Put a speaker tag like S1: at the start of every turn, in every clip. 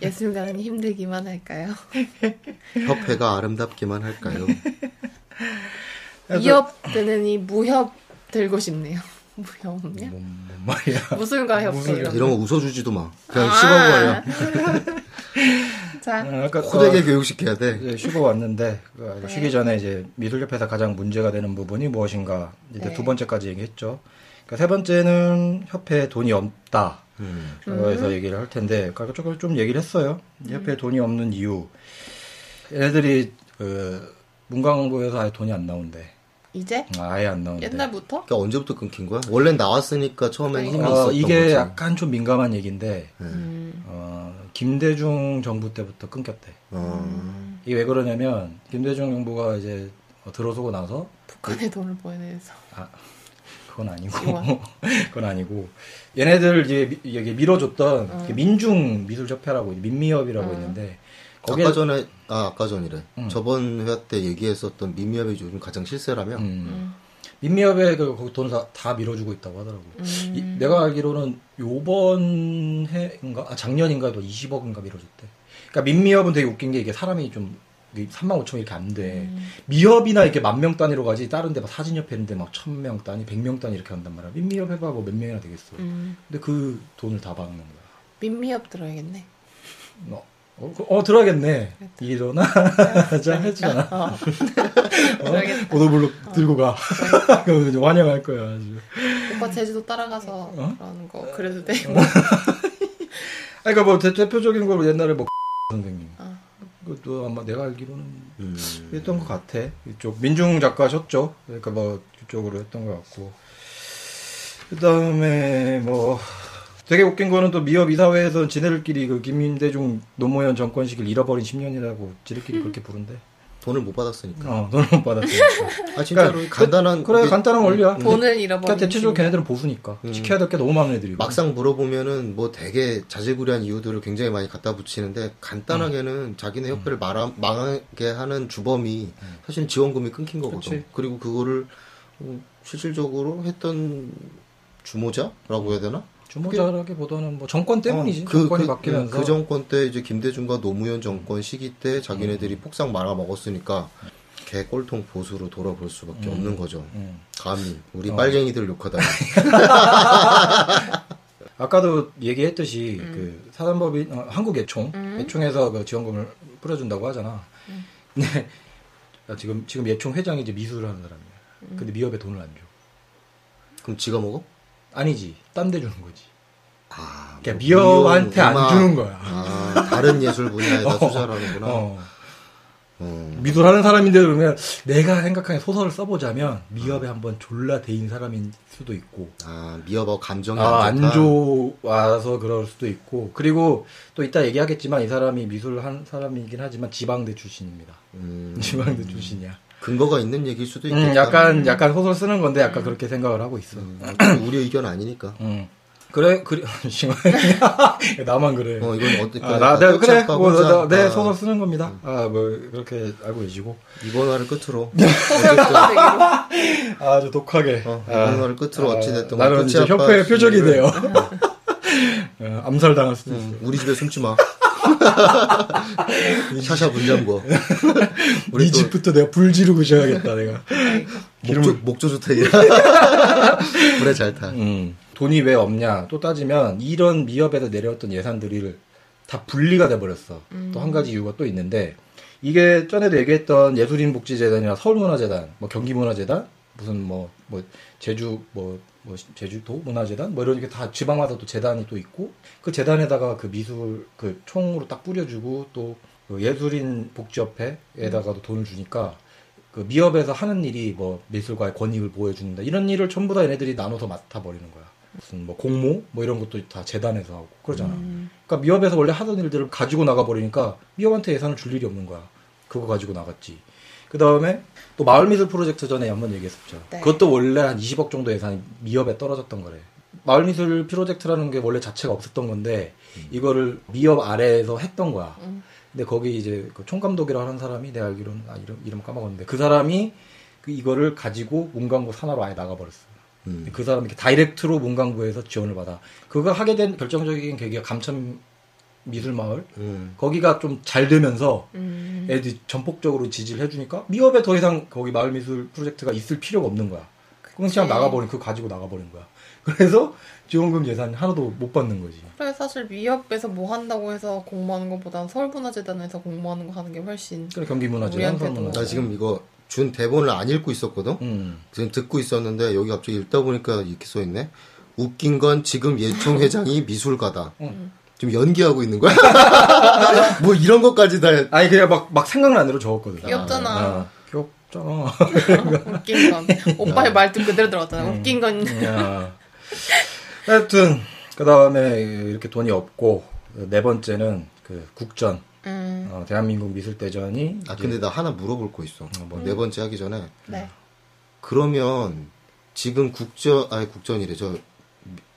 S1: 순간순간이 힘들기만 할까요?
S2: 협회가 아름답기만 할까요?
S3: 아, 네.
S1: 위협 되는 이 무협 들고 싶네요. 무협 없냐?
S3: 뭔, 뭔
S2: 뭐
S3: 말이야.
S1: 무술과 협회
S3: 뭐, 무술.
S1: 이런.
S2: 이런 거 웃어주지도 마. 그냥
S1: 아.
S2: 씹어버려.
S1: 자,
S3: 어, 아까
S2: 호되게
S3: 그,
S2: 교육시켜야 돼.
S3: 이제 쉬고 왔는데 그 쉬기 전에 이제 미술협회에서 가장 문제가 되는 부분이 무엇인가 이제
S1: 네.
S3: 두 번째까지 얘기했죠. 그러니까 세 번째는 협회에 돈이 없다.
S2: 음.
S3: 그래서 얘기를 할 텐데 아까 조금 좀 얘기를 했어요.
S1: 음.
S3: 협회에 돈이 없는 이유. 얘네들이 그 문광부에서 아예 돈이 안 나온대.
S1: 이제
S3: 아예 안 나온대.
S1: 옛날부터
S2: 그러니까 언제부터 끊긴 거야? 원래 나왔으니까 처음엔 힘이
S3: 어,
S2: 있었던
S3: 이게
S2: 거지.
S3: 약간 좀 민감한 얘기인데
S1: 음,
S3: 어, 김대중 정부 때부터 끊겼대.
S2: 어.
S3: 이게 왜 그러냐면 김대중 정부가 이제 어, 들어서고 나서 그
S1: 북한의 돈을 보내서
S3: 그건
S1: 우와.
S3: 아니고 그건 아니고 얘네들 이제 미- 이게 밀어줬던 그 민중 미술협회라고 민미협이라고 있는데 거기에
S2: 아까 전에 아 아까 전이래.
S3: 음.
S2: 저번 회화 때 얘기했었던 미미협이 요즘 가장 실세라며.
S3: 음. 민미협에 그 돈다 다 밀어주고 있다고 하더라고.
S1: 음,
S3: 이- 내가 알기로는 요번 해인가 아, 작년인가 뭐 20억인가 밀어줬대. 그러니까 민미협은 되게 웃긴 게 이게 사람이 좀 3만 5천 이렇게 안
S1: 음.
S3: 돼. 미협이나 이렇게 만 명 단위로 가지 다른 데 막 사진협회 있는데 막 천 명 단위, 백 명 단위 이렇게 한단 말이야. 민미협 해봐 뭐 몇 명이나 되겠어.
S1: 음,
S3: 근데 그 돈을 다 박는 거야.
S1: 민미협 들어야겠네.
S3: 어, 어, 그- 어, 들어야겠네. 일어나. 자, 해주잖아.
S1: 어.
S3: 어?
S1: 네. 들어야겠다. 네.
S3: 오더블록 들고 가. 그러면 이제 환영할 거야. 아주.
S1: 오빠 제주도 따라가서
S3: 어?
S1: 그런 거 그래도 돼요?
S3: 아니, 그러니까 뭐 대, 대표적인 걸 옛날에 뭐 선생님.
S1: 아.
S3: 그것도 아마 내가 알기로는
S2: 음.
S3: 했던 것 같아. 이쪽 민중 작가셨죠. 그러니까 뭐 그쪽으로 했던 것 같고. 그다음에 뭐 되게 웃긴 거는 또 미협 이사회에서 지네들끼리 그 김대중 노무현 정권 시기를 잃어버린 10년이라고 지들끼리 그렇게 부른대.
S2: 돈을 못 받았으니까.
S3: 어, 돈을 못 받았으니까.
S2: 아 진짜로 간단한
S3: 그러니까 그래
S2: 이게
S3: 간단한
S2: 음.
S3: 원리야.
S1: 돈을 잃어버린
S3: 그러니까 대체적으로 걔네들은 보수니까 지켜야 될 게 너무 많은 애들이고.
S2: 막상 물어보면은 뭐 되게 자질구레한 이유들을 굉장히 많이 갖다 붙이는데
S3: 음.
S2: 간단하게는 자기네 협회를 말하, 망하게 하는 주범이 사실은 지원금이 끊긴 거거든.
S3: 그치.
S2: 그리고 그거를 음, 실질적으로 했던 주모자라고 해야 되나?
S3: 주모자라기보다는 뭐 정권 때문이지.
S2: 어, 그,
S3: 정권이 바뀌면서.
S2: 그 정권 때 이제 김대중과 노무현 정권 시기 때
S3: 음.
S2: 자기네들이 폭삭 말아 먹었으니까 개 꼴통 보수로 돌아볼 수밖에 없는 거죠.
S3: 음.
S2: 감히 우리 빨갱이들 욕하다.
S3: 아까도 얘기했듯이 그 사단법인 어, 한국 예총 예총에서 그 지원금을 뿌려준다고 하잖아. 근데 나 지금 지금 예총 회장이 이제 미술을 하는 사람이야. 근데 미협에 돈을 안 줘.
S2: 그럼 지가 먹어?
S3: 아니지, 딴 데 주는 거지.
S2: 아,
S3: 그러니까 미협한테 안
S2: 음악,
S3: 주는 거야.
S2: 아, 다른 예술 분야에다
S3: 어.
S2: 투자하는구나.
S3: 어.
S2: 음.
S3: 미술하는 사람인데 그러면 내가 생각하는 소설을 써보자면
S2: 음.
S3: 미협에 한번 졸라 대인 사람인 수도 있고
S2: 아, 미협하고 감정이
S3: 아,
S2: 안 좋다.
S3: 안 좋아서 그럴 수도 있고 그리고 또 이따 얘기하겠지만 이 사람이 미술을 한 사람이긴 하지만 지방대 출신입니다.
S2: 음,
S3: 지방대 출신이야.
S2: 근거가 있는 얘기일 수도 있겠다.
S3: 음, 약간 약간 소설 쓰는 건데 약간 그렇게 생각을 하고 있어. 음.
S2: 우리 의견 아니니까.
S3: 그래 그래 심하게 나만 그래.
S2: 어, 이건 어떻게
S3: 아, 나, 내, 그래,
S2: 꽂았다,
S3: 뭐, 나, 나,
S2: 꽂았다.
S3: 내 소설 쓰는 겁니다.
S2: 음.
S3: 아, 뭐, 그렇게 알고 계시고.
S2: 이번 화를 끝으로.
S3: 네. 아, 주 독하게.
S2: 어,
S3: 아,
S2: 이번 화를 끝으로 어찌됐든
S3: 나는
S2: 끝이
S3: 이제
S2: 아빠
S3: 협회의 표적이
S2: 씨를-
S3: 돼요. 어, 암살당할 수도 있어.
S2: 음, 우리 집에 숨지 마. 샤샤 분장고.
S3: 우리
S2: 우리 또
S3: 집부터 내가 불 지르고 시작하겠다, 내가.
S2: 목조, 목조주택이야. 물에 잘 타.
S3: 음, 돈이 왜 없냐 또 따지면 이런 미협에서 내려왔던 예산들이 다 분리가 돼버렸어 또 한 가지 이유가 또 있는데 이게 전에도 얘기했던 예술인 복지재단이나 서울문화재단 뭐 경기문화재단 무슨 뭐 뭐 제주 뭐, 뭐 시- 제주도 문화재단 뭐 이런 게 다 지방마다 또 재단이 또 있고 그 재단에다가 그 미술 그 총으로 딱 뿌려주고 또그 예술인 복지협회에다가도 돈을 주니까 그 미협에서 하는 일이 뭐 미술가의 권익을 보호해준다 이런 일을 전부 다 얘네들이 나눠서 맡아버리는 거야 무슨 뭐 공모 뭐 이런 것도 다 재단에서 하고 그러잖아
S1: 음.
S3: 그러니까 미협에서 원래 하던 일들을 가지고 나가버리니까 미협한테 예산을 줄 일이 없는 거야 그거 가지고 나갔지 그 다음에 또 마을미술 프로젝트 전에 한번 얘기했었죠
S1: 네.
S3: 그것도 원래 한 20억 정도 예산이 미협에 떨어졌던 거래 마을미술 프로젝트라는 게 원래 자체가 없었던 건데 이거를 미협 아래에서 했던 거야
S1: 음,
S3: 근데 거기 이제 그 총감독이라고 하는 사람이 내가 알기로는 아 이름 이름 까먹었는데 그 사람이 그 이거를 가지고 문광부 산하로 아예 나가버렸어.
S2: 음.
S3: 그 사람이 이렇게 다이렉트로 문광부에서 지원을 받아. 그거 하게 된 결정적인 계기가 감천 미술마을
S2: 음.
S3: 거기가 좀 잘 되면서
S1: 음.
S3: 애들이 전폭적으로 지지를 해주니까 미업에 더 이상 거기 마을 미술 프로젝트가 있을 필요가 없는 거야. 그럼 그냥 나가버린 그거 가지고 나가버린 거야. 그래서 지원금 예산 하나도 못 받는 거지.
S1: 그래 사실 위협에서 뭐 한다고 해서 공모하는 것보단 서울문화재단에서 공모하는 거 하는 게 훨씬
S3: 그래 경기문화재단
S1: 우리한테도. 뭐.
S3: 서울문화재.
S2: 나 지금 이거 준 대본을 안 읽고 있었거든.
S3: 음.
S2: 지금 듣고 있었는데 여기 갑자기 읽다 보니까 이렇게 써 있네. 웃긴 건 지금 예총 회장이 미술가다.
S3: 음.
S2: 지금 연기하고 있는 거야? 뭐 이런 것까지 다 해.
S3: 아니 그냥 막 막 생각을 안으로 적었거든.
S1: 귀엽잖아.
S3: 아, 귀엽잖아.
S1: 웃긴 건
S3: 아.
S1: 오빠의 말투 그대로 들어갔잖아.
S3: 음.
S1: 웃긴 건
S3: 야. 하여튼 그 다음에 이렇게 돈이 없고 네 번째는 그 국전
S1: 음,
S3: 어, 대한민국 미술대전이
S2: 아 근데 나 하나 물어볼 거 있어.
S3: 뭐.
S2: 네 번째 하기 전에
S1: 네.
S2: 그러면 지금 국전 아니 국전이래 저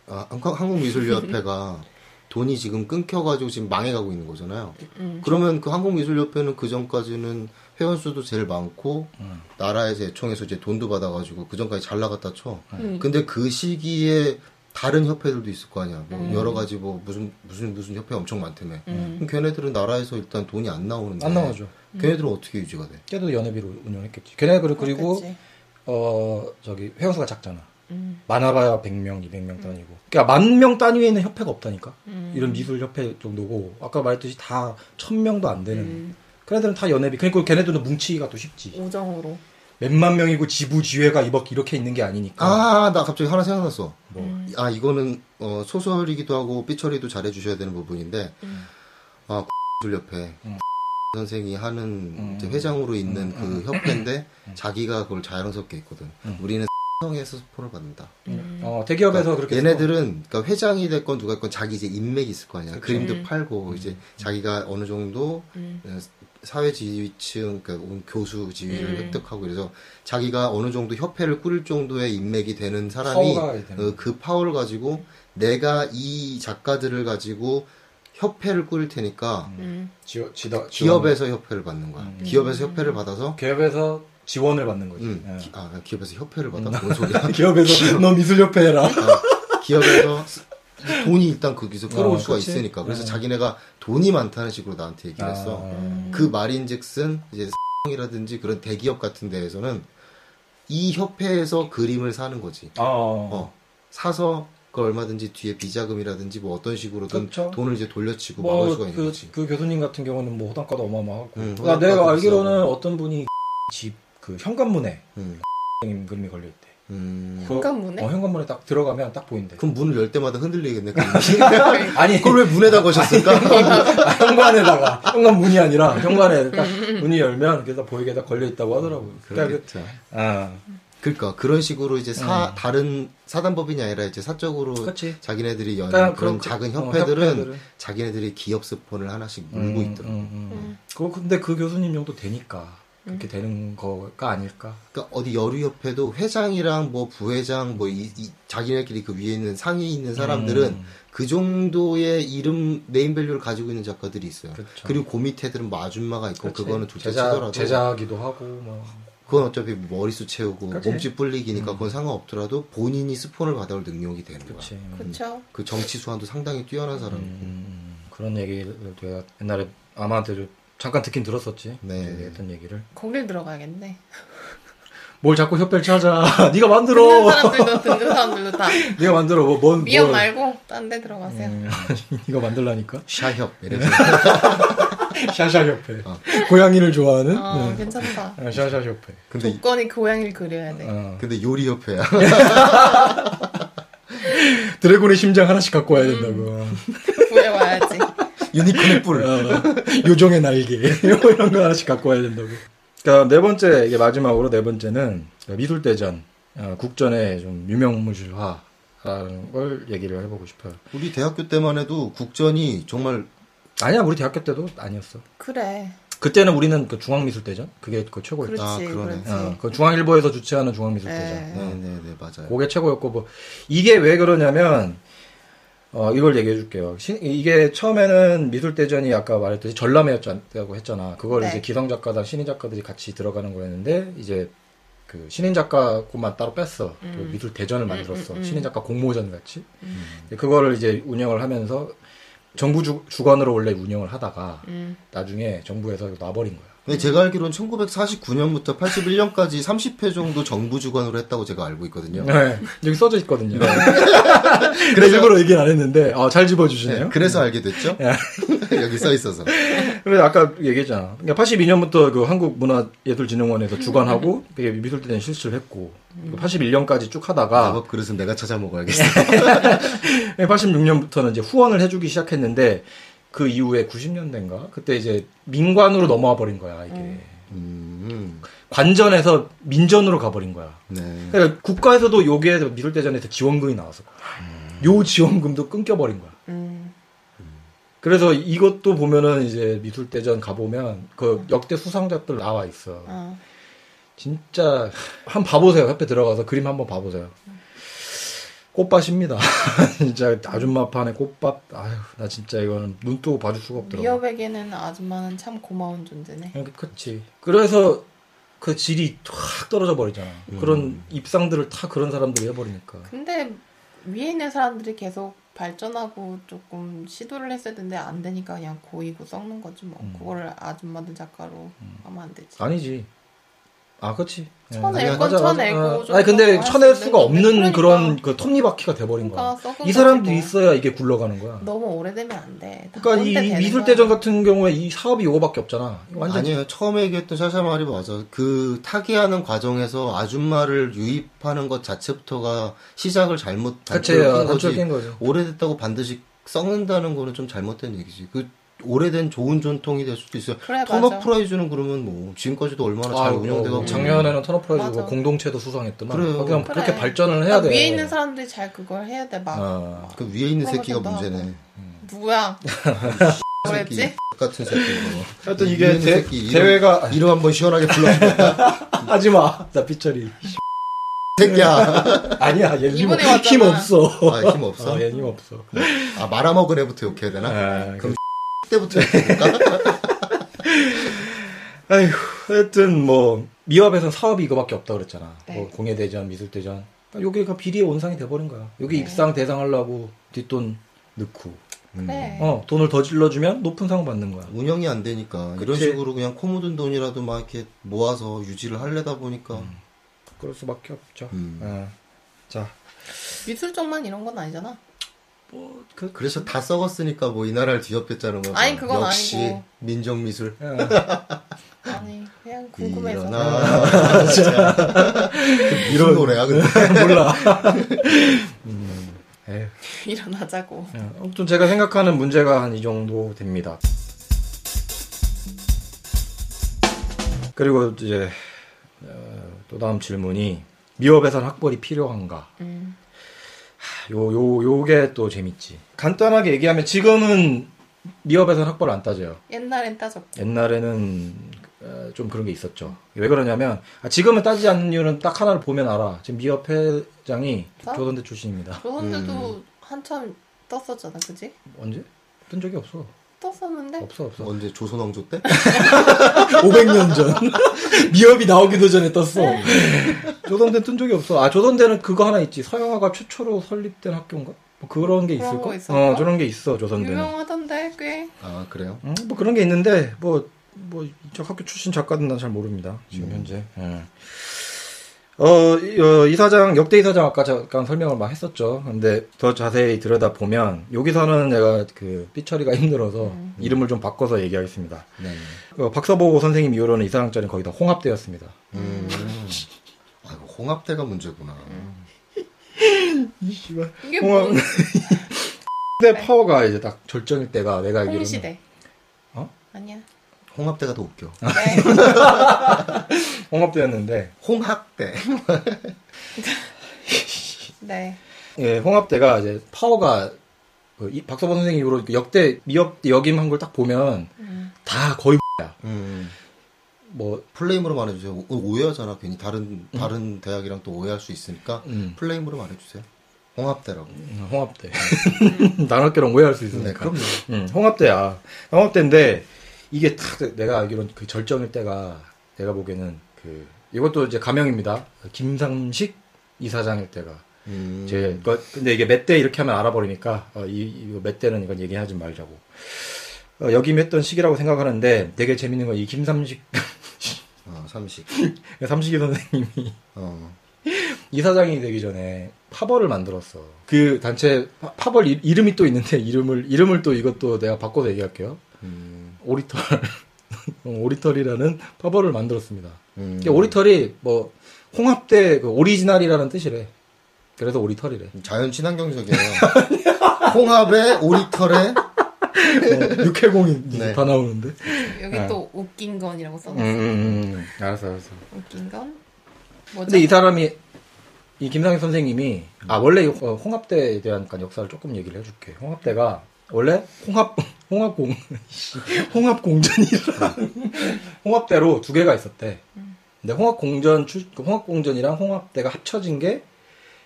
S2: 아, 한국 한국미술협회가 돈이 지금 끊겨가지고 지금 망해가고 있는 거잖아요.
S1: 음.
S2: 그러면 그 한국미술협회는 그 전까지는 회원 수도 제일 많고 나라에서 애총에서 이제 돈도 받아가지고 그 전까지 잘 나갔다 쳐.
S1: 음.
S2: 근데 그 시기에 다른 협회들도 있을 거 아니야. 뭐
S1: 음.
S2: 여러 가지 뭐 무슨 무슨 무슨 협회 엄청 많다며.
S1: 음.
S2: 그럼 걔네들은 나라에서 일단 돈이 안 나오는데.
S3: 안 나오죠. 음.
S2: 걔네들은 어떻게 유지가 돼?
S3: 걔도 연회비로 운영했겠지. 걔네 그리고 그리고
S1: 그치.
S3: 어 저기 회원수가 작잖아.
S1: 음.
S3: 많아봐야 100명, 200명 단위고. 그러니까 만 명 단위에는 협회가 없다니까.
S1: 음.
S3: 이런 미술 협회 정도고 아까 말했듯이 다 1000명도 안 되는.
S1: 음.
S3: 걔네들은 다 연회비. 그러니까 걔네들은 뭉치기가 또 쉽지.
S1: 우정으로
S3: 몇만 명이고 지부지회가 이렇게 이렇게 있는 게 아니니까.
S2: 아, 나 갑자기 하나 생각났어.
S3: 뭐.
S1: 음.
S2: 아, 이거는 어, 소설이기도 하고 삐처리도 잘해 주셔야 되는 부분인데.
S1: 음.
S2: 아, 술 협회.
S3: 음.
S2: 선생이 하는
S3: 음.
S2: 이제 회장으로 있는
S3: 음,
S2: 그
S3: 음.
S2: 협회인데 자기가 그걸 자연스럽게 있거든.
S3: 음.
S2: 우리는 성에서 스폰을 받는다.
S1: 음.
S3: 어, 대기업에서
S2: 그러니까
S3: 그렇게
S2: 얘네들은 그러니까 회장이 됐건 누가 됐건 자기 이제 인맥이 있을 거 아니야.
S3: 그쵸.
S2: 그림도
S1: 음.
S2: 팔고 이제 자기가 어느 정도
S1: 음.
S2: 어, 사회 지위층 그러니까 온 교수 지위를
S1: 음.
S2: 획득하고 그래서 자기가 어느 정도 협회를 꾸릴 정도의 인맥이 되는 사람이
S3: 파워가 되는
S2: 어, 그 파워를 가지고 내가 이 작가들을 가지고 협회를 꾸릴 테니까
S1: 음.
S3: 지어, 지다,
S2: 기업에서 협회를 받는 거야.
S3: 음.
S2: 기업에서 협회를 받아서
S3: 기업에서 지원을 받는 거지.
S2: 음,
S3: 예.
S2: 기- 아 기업에서 협회를 받아
S3: 음.
S2: 뭔 소리야?
S3: 기업에서 너 미술 협회 해라.
S2: 아, 기업에서 돈이 일단 거기서 끌어올
S3: 아,
S2: 수가
S3: 그치. 아.
S2: 있으니까 그래서
S3: 음.
S2: 자기네가 돈이 많다는 식으로 나한테 얘기를 했어.
S1: 음.
S2: 그 말인즉슨 이제 이라든지 그런 대기업 같은 데에서는 이 협회에서 그림을 사는 거지.
S3: 아, 어.
S2: 어 사서 그 얼마든지 뒤에 비자금이라든지 뭐 어떤 식으로든
S3: 그쵸.
S2: 돈을 이제 돌려치고 막을 수가
S3: 그렇죠. 뭐,
S2: 있는
S3: 그,
S2: 거지.
S3: 그 교수님 같은 경우는 뭐 호당가도 어마어마하고.
S2: 음,
S3: 나
S2: 호당가도
S3: 내가
S2: 비싸고.
S3: 알기로는 어떤 분이 집 그 현관문에
S2: 음,
S3: 님 그림이 걸려 있대.
S2: 음.
S3: 그-
S1: 현관문에?
S3: 어, 현관문에 딱 들어가면 딱 보인대.
S2: 그럼 문을 열 때마다 흔들리겠네. 그림이.
S3: 아니
S2: 그걸 왜 문에다 거셨을까?
S3: 현관에다가 현관 문이 아니라 현관에 딱 문이 열면 그래서 보이게 딱 걸려 있다고 하더라고. 그러니까 네.
S2: 그러겠다.
S3: 그- 아,
S2: 그러니까 그런 식으로 이제 사 다른 사단법인이 아니라 이제 사적으로
S3: 그렇지.
S2: 자기네들이 연
S3: 그러니까
S2: 그런
S3: 그런 그-
S2: 작은
S3: 어,
S2: 협회들은,
S3: 협회들은.
S2: 자기네들이 기업 스폰을 하나씩 물고
S3: 음,
S2: 있더라고.
S3: 음, 음.
S1: 음.
S3: 그거 근데 그 교수님 정도 되니까 그렇게 되는 거가 아닐까.
S2: 그러니까 어디 여류협회도 회장이랑 뭐 부회장 뭐 이, 이- 자기네끼리 그 위에 있는 상위에 있는 사람들은
S3: 음.
S2: 그 정도의 이름 네임밸류를 가지고 있는 작가들이 있어요.
S3: 음. 그쵸.
S2: 그리고그 밑에들은 뭐 아줌마가 있고 그거는 둘째 치더라도
S3: 그렇죠. 제자 제자기도 하고 뭐.
S2: 그건 어차피 머리수 채우고
S3: 그치.
S2: 몸집 불리기니까 그건 상관없더라도 본인이 스폰을 받아올 능력이 되는 거야.
S3: 음. 그렇지.
S1: 그쵸.
S2: 그 정치 수완도 상당히 뛰어난 사람이고.
S3: 음, 그런 얘기를 내가 옛날에 아마한테 잠깐 듣긴 들었었지.
S2: 네.
S3: 네. 했던 얘기를.
S1: 거길 들어가야겠네.
S3: 뭘 자꾸 협회를 찾아. 네가
S1: 듣는
S3: 만들어.
S1: 사람들도 듣는 사람들도 다
S3: 네가 만들어. 뭐, 뭔.
S1: 미역
S3: 뭘.
S1: 말고 딴 데 들어가세요.
S3: 음, 네가 만들라니까.
S2: 샤협 이래서
S3: 샤샤 협회.
S2: 어.
S3: 고양이를 좋아하는.
S1: 아,
S3: 네.
S1: 괜찮다.
S3: 아, 샤샤 협회.
S2: 근데 이-
S1: 조건이 고양이를 그려야 돼.
S3: 어.
S2: 근데 요리 협회야.
S3: 드래곤의 심장 하나씩 갖고 와야 된다고.
S1: 구해와야지.
S2: 유니콘의 뿔.
S3: 어, 요정의 날개 뭐 이런 거 하나씩 갖고 와야 된다고. 그러니까 네 번째 이게 마지막으로 네 번째는 미술대전 어, 국전의 좀 유명무실화라는 걸 얘기를 해보고 싶어요.
S2: 우리 대학교 때만 해도 국전이 정말
S3: 아니야 우리 대학교 때도 아니었어.
S1: 그래.
S3: 그때는 우리는 그 중앙미술대전 그게 그 최고였다.
S1: 그렇지.
S2: 아, 그러네.
S1: 그렇지.
S3: 어, 그 중앙일보에서 주최하는 중앙미술대전.
S1: 네.
S2: 네네네 맞아요.
S3: 그게 최고였고 뭐 이게 왜 그러냐면 어 이걸 얘기해 줄게요. 신- 이게 처음에는 미술대전이 아까 말했듯이 전람회였다고 했잖아. 그걸
S1: 네.
S3: 이제 기성 작가랑 신인 작가들이 같이 들어가는 거였는데 이제 그 신인 작가 곳만 따로 뺐어. 그
S1: 음.
S3: 미술대전을 만들었어.
S1: 음, 음, 음.
S3: 신인 작가 공모전 같이. 근데 그거를 이제 운영을 하면서 정부 주, 주관으로 원래 운영을 하다가
S1: 음.
S3: 나중에 정부에서 놔버린 거야.
S2: 근데 네, 제가 알기로는 1949년부터 81년까지 30회 정도 정부 주관으로 했다고 제가 알고 있거든요.
S3: 네, 여기 써져 있거든요. 그래서 일부러 얘기 안 했는데 아, 잘 집어주시네요.
S2: 네, 그래서 알게 됐죠. 여기 써 있어서.
S3: 그래 아까 얘기했잖아. 그러니까 82년부터 그 한국문화예술진흥원에서 주관하고 되게 미술대전 실시를 했고 81년까지 쭉 하다가
S2: 작업 아, 뭐 그릇은 내가 찾아 먹어야겠어.
S3: 86년부터는 이제 후원을 해주기 시작했는데 그 이후에 90년대인가 그때 이제 민관으로 넘어와 버린 거야 이게
S2: 음,
S3: 관전에서 민전으로 가버린 거야.
S2: 네.
S3: 그러니까 국가에서도 요게 미술대전에서 지원금이 나왔어. 요 지원금도 끊겨버린 거야.
S1: 음.
S3: 그래서 이것도 보면은 이제 미술대전 가보면 그 역대 수상작들 나와 있어.
S1: 아.
S3: 진짜 한 번 봐보세요. 협회 들어가서 그림 한번 봐보세요. 꽃밭입니다. 진짜 아줌마판의 꽃밭. 아유 나 진짜 이거는 눈 뜨고 봐줄 수가 없더라고.
S1: 미협에게는 아줌마는 참 고마운 존재네.
S3: 그- 그치. 그래서 그 질이 확 떨어져 버리잖아. 그런 입상들을 다 그런 사람들이 해버리니까.
S1: 근데 위에 있는 사람들이 계속 발전하고 조금 시도를 했을 텐데 안 되니까 그냥 고이고 썩는 거지 뭐.
S3: 음.
S1: 그거를 아줌마들 작가로 하면 안 되지.
S3: 아니지. 아 그치. 예.
S1: 쳐낼
S3: 아니,
S2: 건
S3: 맞아, 맞아.
S1: 쳐내고
S3: 아,
S1: 좀
S3: 아니 근데
S1: 더
S3: 쳐낼
S1: 할수 있는
S3: 수가 없는
S1: 건데.
S3: 그런그 톱니바퀴가 돼버린
S1: 그러니까
S3: 거야.
S1: 썩은
S3: 이 사람들이
S1: 거지,
S3: 있어야 이게 굴러가는 거야.
S1: 뭐. 너무 오래되면 안 돼. 다
S3: 그러니까
S1: 꼰대
S3: 이
S1: 되는
S3: 미술
S1: 거야.
S3: 대전 같은 경우에 이 사업이 이거밖에 없잖아. 이거 완전
S2: 아니에요. 처음에 얘기했던 샤샤 말이 맞아. 그 타기하는 과정에서 아줌마를 유입하는 것 자체부터가 시작을 잘못
S3: 자체 아,
S2: 단추를 낀 거지.
S3: 어, 단축인 거죠.
S2: 오래됐다고 반드시 썩는다는 거는 좀 잘못된 얘기지. 그 오래된 좋은 전통이 될 수도 있어요.
S1: 그래 네, 맞아.
S2: 턴업 프라이즈는 그러면 뭐 지금까지도 얼마나 잘
S3: 아,
S2: 운영돼가고 음.
S3: 뭐, 작년에는
S1: 맞아.
S3: 턴업프라이즈고 공동체도 수상했더만. 아,
S2: 그래요.
S3: 그냥
S1: 그래.
S3: 그렇게 발전을 해야
S1: 그러니까
S3: 돼.
S1: 위에 있는 사람들이 잘 그걸 해야 돼. 막
S3: 아,
S2: 그 위에 있는
S1: 어, 그런
S2: 새끼가
S1: 것도
S2: 문제네.
S1: 누구야?
S2: 새끼
S1: 뭐랬지?
S2: 같은 새끼. 뭐.
S3: 하여튼
S2: 이
S3: 이게
S2: 위에
S3: 대,
S2: 새끼 이름-
S3: 대회가
S2: 이름 한번 시원하게 불러주겠다.
S3: 하지 마. 나 삐처리.
S2: 아, 새끼야.
S3: 아니야. 얘힘
S1: 이번에 왔잖아.
S3: 힘 없어.
S2: 아, 네. 힘 없어.
S3: 아, 얘힘 없어.
S2: 아, 말아먹은 애부터 욕해야 되나?
S3: 아,
S2: 그럼 때부터 욕해볼까?
S3: 그- 아휴, 하여튼 뭐 미합에선 사업이 이거밖에 없다 그랬잖아.
S1: 네.
S3: 뭐 공예대전, 미술대전. 요게 그 비리의 온상이 돼버린 거야. 요게
S1: 네.
S3: 입상 대상하려고 뒷돈 넣고,
S1: 그래.
S3: 어 돈을 더 질러주면 높은 상 받는 거야.
S2: 음. 운영이 안 되니까 이런
S3: 그치.
S2: 식으로 그냥 코 묻은 돈이라도 막 이렇게 모아서 유지를 하려다 보니까
S3: 그럴 수밖에 없죠.
S2: 음.
S3: 예. 자,
S1: 미술 쪽만 이런 건 아니잖아.
S3: 뭐 그.
S2: 그래서 다 썩었으니까 뭐 이 나라를 뒤엎겠다는 거
S1: 아니, 그건
S2: 역시
S1: 아니고.
S2: 민족미술
S3: 예.
S1: 아니 그냥 궁금해서.
S2: 일어나 이런
S3: 이런-
S2: 아, 무슨 노래야 근데
S3: 몰라. 음, 에휴.
S1: 일어나자고.
S3: 예, 아무튼 제가 생각하는 문제가 한 이 정도 됩니다. 그리고 이제 어, 또 다음 질문이 미업에선 학벌이 필요한가?
S1: 음.
S3: 하, 요, 요, 요게 또 재밌지. 간단하게 얘기하면 지금은 미업에선 학벌 안 따져요.
S1: 옛날엔 따졌고.
S3: 옛날에는 어, 좀 그런 게 있었죠. 왜 그러냐면 아, 지금은 따지지 않는 이유는 딱 하나를 보면 알아. 지금 미업 회장이
S1: 어?
S3: 조선대 출신입니다.
S1: 조선들도
S3: 음.
S1: 한참 떴었잖아, 그지?
S3: 언제? 뜬 적이 없어.
S1: 떴었는데
S3: 없어 없어.
S2: 뭐 언제 조선왕조 때?
S3: 뭐, 500년 전. 미협이 나오기도 전에 떴어.
S1: 네.
S3: 조선대 뜬 적이 없어. 아, 조선대는 그거 하나 있지. 서양화가 최초로 설립된 학교인가? 뭐 그런 게
S1: 그런
S3: 있을까?
S1: 거 있었나?
S3: 어, 저런 게 있어, 조선대는.
S1: 유명하던데 꽤.
S2: 아 그래요?
S3: 음, 뭐 그런 게 있는데, 뭐, 뭐, 저 학교 출신 작가는 난 잘 모릅니다. 지금 현재. 예. 어, 이, 어, 이사장, 역대 이사장 아까 잠깐 설명을 막 했었죠. 근데 더 자세히 들여다보면, 여기서는 내가 그, 삐처리가 힘들어서
S1: 음.
S3: 음. 이름을 좀 바꿔서 얘기하겠습니다.
S2: 네.
S3: 어, 박서보 선생님 이후로는 이사장짜리 거의 다 홍합되었습니다.
S2: 음. 아 이거 홍합대가 문제구나.
S3: 이씨발.
S1: 이게 뭐
S3: 홍합.
S1: 뭔
S3: 근데 파워가 이제 딱 절정일 때가 내가 알기로는
S1: 홍시대.
S3: 어? 아,
S1: 아니야.
S2: 홍합대가 더 웃겨.
S1: 네.
S3: 홍합되었는데
S2: 홍학대.
S1: 네.
S3: 예, 홍합대가 이제 파워가 그 이- 박서보 선생님 이후로 그 역대 미협 역임한 걸 딱 보면
S1: 음.
S3: 다 거의
S2: 음.
S3: 뭐
S2: 플레임으로 말해주세요. 오- 오해하잖아. 괜히 다른 다른 대학이랑 또 오해할 수 있으니까
S3: 음,
S2: 플레임으로 말해주세요. 홍합대라고.
S3: 음, 홍합대 단어끼랑 오해할 수
S2: 네,
S3: 있으니까
S2: 그럼요.
S3: 음, 홍합대야 홍합대인데 이게 딱 내가 알기로는 그 절정일 때가 내가 보기에는 그 이것도 이제 가명입니다 김상식 이사장일 때가
S2: 음.
S3: 제, 그, 근데 이게 몇 대 이렇게 하면 알아버리니까, 어, 이, 이거 몇 대는 이건 얘기하지 말자고. 어, 역임했던 시기라고 생각하는데 되게 재밌는 건 이 김삼식,
S2: 어, 삼식.
S3: 삼식이 선생님이
S2: 어.
S3: 이사장이 되기 전에 파벌을 만들었어. 그 단체 파- 파벌 이, 름이또 있는데 이름을 이름을 또 이것도 내가 바꿔서 얘기할게요.
S2: 음.
S3: 오리털 어, 오리털이라는 파벌을 만들었습니다.
S2: 음.
S3: 이게 오리털이 뭐 홍합대 그 오리지널이라는 뜻이래. 그래서 오리털이래.
S2: 음. 자연 친환경적이에요. 홍합에 오리털에
S3: 어, 육해공이
S2: 네.
S3: 다 나오는데.
S1: 여기
S3: 아.
S1: 또 웃긴 건이라고
S3: 음,
S1: 써놨어.
S3: 음, 음. 알았어, 알았어.
S1: 웃긴 건? 뭐죠?
S3: 근데 이 사람이 이 김상희 선생님이 아 원래 이, 어, 홍합대에 대한 약간 역사를 조금 얘기를 해줄게. 홍합대가 원래 홍합 홍합공 홍합공전이랑 홍합대로 두 개가 있었대. 근데 홍합공전 출 홍합공전이랑 홍합대가 합쳐진 게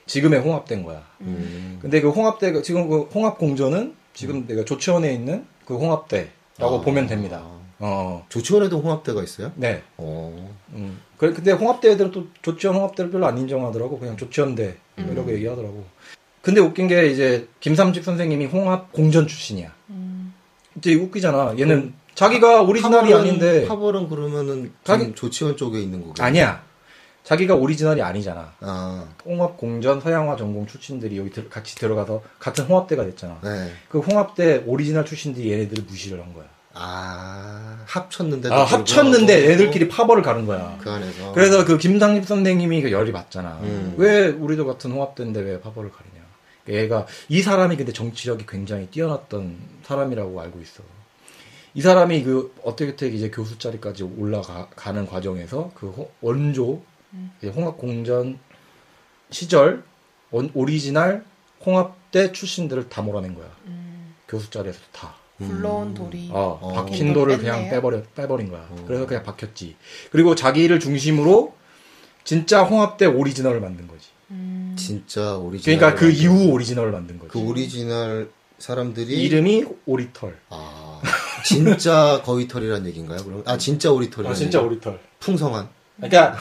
S3: 지금의 홍합대인 거야.
S1: 음.
S2: 음.
S3: 근데 그 홍합대가 지금 그 홍합공전은 지금 내가 조치원에 있는 그 홍합대라고
S2: 아.
S3: 보면 됩니다. 어,
S2: 조치원에도 홍합대가 있어요?
S3: 네.
S2: 어.
S3: 음. 그래, 근데 홍합대 애들은 또 조치원 홍합대를 별로 안 인정하더라고. 그냥 조치원대. 뭐
S1: 음.
S3: 이러고 얘기하더라고. 근데 웃긴 게 이제 김삼식 선생님이 홍합 공전 출신이야.
S1: 음,
S3: 이제 웃기잖아. 얘는 자기가 오리지널이
S2: 어. 파벌은-
S3: 아닌데.
S2: 파벌은 그러면은
S3: 자기-
S2: 좀 조치원 쪽에 있는 거고.
S3: 아니야. 자기가 오리지널이 아니잖아.
S2: 아.
S3: 홍합 공전 서양화 전공 출신들이 여기 들- 같이 들어가서 같은 홍합대가 됐잖아.
S2: 네.
S3: 그 홍합대 오리지널 출신들이 얘네들을 무시를 한 거야.
S2: 아. 합쳤는데.
S3: 아, 합쳤는데 얘들끼리 파벌을 가른 거야.
S2: 그 안에서.
S3: 그래서 그 김상립 선생님이 그 열이 받잖아.
S2: 음.
S3: 왜 우리도 같은 홍합대인데 왜 파벌을 가리냐. 얘가 이 사람이 근데 정치력이 굉장히 뛰어났던 사람이라고 알고 있어. 이 사람이 그 어떻게 어떻게 이제 교수 자리까지 올라가는 과정에서 그 호- 원조 이제 홍합공전 시절 원- 오리지널 홍합대 출신들을 다 몰아낸 거야.
S1: 음.
S3: 교수 자리에서 다.
S2: 음.
S1: 굴러온 돌이.
S3: 어,
S2: 어.
S3: 박힌 돌을
S1: 뺐네요.
S3: 그냥 빼버려, 빼버린 거야.
S2: 어.
S3: 그래서 그냥 박혔지. 그리고 자기를 중심으로 진짜 홍합대 오리지널을 만든 거지.
S1: 음,
S2: 진짜 오리지널.
S3: 그러니까 그 이후 오리지널을 만든 거지.
S2: 그 오리지널 사람들이
S3: 이름이 오리털.
S2: 아 진짜 거위털이란 얘기인가요? 그럼 아 진짜 오리털이
S3: 아, 진짜
S2: 음.
S3: 오리털.
S2: 풍성한
S3: 그러니까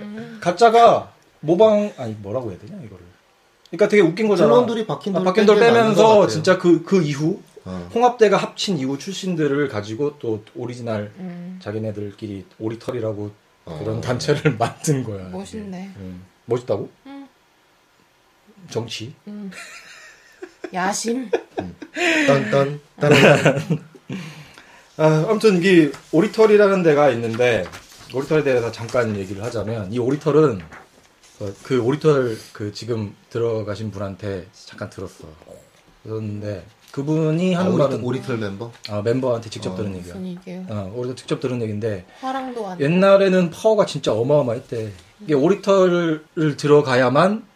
S1: 음.
S3: 가짜가 모방, 아니, 뭐라고 해야 되냐, 이거를. 그러니까 되게 웃긴 거잖아.
S2: 클론들이 박힌 돌
S3: 아, 박힌 돌 빼면서 진짜 그, 그 이후
S2: 어.
S3: 홍합대가 합친 이후 출신들을 가지고 또 오리지널
S1: 음,
S3: 자기네들끼리 오리털이라고
S2: 어.
S3: 그런 단체를 만든 거야.
S1: 멋있네.
S3: 음, 멋있다고?
S1: 음.
S3: 정치.
S1: 음. 야심.
S2: 딴딴 딴
S3: 아, 아무튼 이게 오리털이라는 데가 있는데 오리털에 대해서 잠깐 얘기를 하자면 이 오리털은 어, 그 오리털 그 지금 들어가신 분한테 잠깐 들었어. 그런데 그분이
S2: 아,
S3: 하는
S2: 오리털,
S3: 말은
S2: 오리털 멤버
S3: 아, 멤버한테 직접
S2: 어.
S3: 들은 얘기야. 예,
S1: 무슨 이게
S3: 어, 오리털 직접 들은 얘기인데
S1: 화랑도 안.
S3: 옛날에는 파워가 진짜 어마어마했대. 이게 오리털을 들어가야만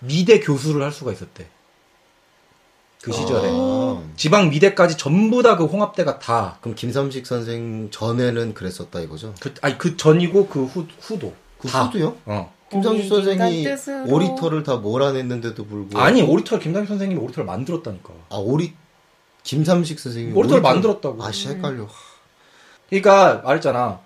S3: 미대 교수를 할 수가 있었대. 그 시절에.
S2: 아.
S3: 지방 미대까지 전부 다 그 홍합대가 다.
S2: 그럼 김삼식 선생 전에는 그랬었다 이거죠?
S3: 그, 아니, 그 전이고 그 후, 후도.
S2: 그
S3: 다.
S2: 수도요?
S3: 어.
S2: 김삼식
S1: 우리 인간
S2: 선생이
S1: 뜻으로.
S2: 오리털을 다 몰아냈는데도 불구하고
S3: 아니, 오리털, 김남희 선생님이 오리털 만들었다니까.
S2: 아 오리 김삼식 선생이
S3: 오리털 만들었다고.
S2: 아씨 헷갈려
S3: 그러니까, 말했잖아. 어?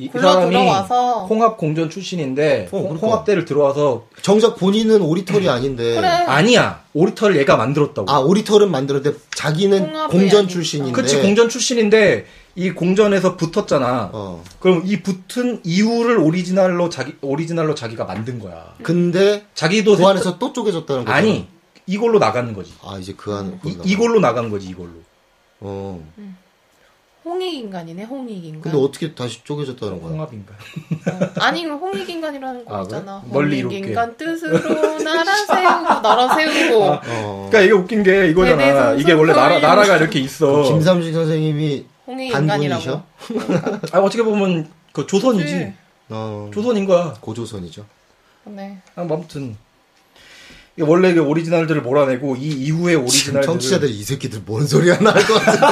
S3: 이, 이
S1: 굴러
S3: 사람이
S1: 들어와서.
S3: 홍합 공전 출신인데,
S2: 어,
S3: 홍-
S2: 그러니까.
S3: 홍합대를 들어와서,
S2: 정작 본인은 오리털이 아닌데
S1: 그래.
S3: 네. 아니야. 오리털 얘가 만들었다고.
S2: 아 오리털은 만들었는데 자기는
S1: 홍합이
S2: 공전
S1: 아니니까.
S2: 출신인데
S3: 그치, 공전 출신인데, 이 공전에서 붙었잖아.
S2: 어
S3: 그럼 이 붙은 이유를 오리지널로 자기, 오리지널로 자기가 만든 거야.
S2: 근데
S3: 자기도
S2: 그 안에서 또 쪼개졌다는 거죠?
S3: 아니 이걸로 나가는 거지.
S2: 아 이제 그 안에
S3: 이, 이걸로 나간 거지 이걸로.
S2: 어
S1: 홍익인간이네 홍익인간.
S2: 근데 어떻게 다시 쪼개졌다는 거야?
S3: 홍합인가?
S1: 어. 아니 그 홍익인간이라는 거
S3: 아,
S1: 있잖아.
S3: 그래? 멀리 이렇게.
S1: 홍익인간 뜻으로 나라 세우고 나라 세우고.
S2: 어
S3: 그러니까 이게 웃긴 게 이거잖아.
S1: 대대손손
S3: 이게 원래 나라
S1: 서인.
S3: 나라가 이렇게
S2: 그럼
S3: 있어.
S2: 김삼식 선생님이
S1: 네, 홍익인간이라고.
S2: 반분이셔?
S3: 아 어떻게 보면 그 조선이지.
S1: 그치.
S2: 어
S3: 조선인 거야.
S2: 고조선이죠.
S1: 네.
S3: 아, 뭐 아무튼 이게 원래 이게 오리지널들을 몰아내고 이 이후의
S2: 지금
S3: 오리지널들.
S2: 청취자들 이 새끼들 뭔 소리 하나 할 것 같은데.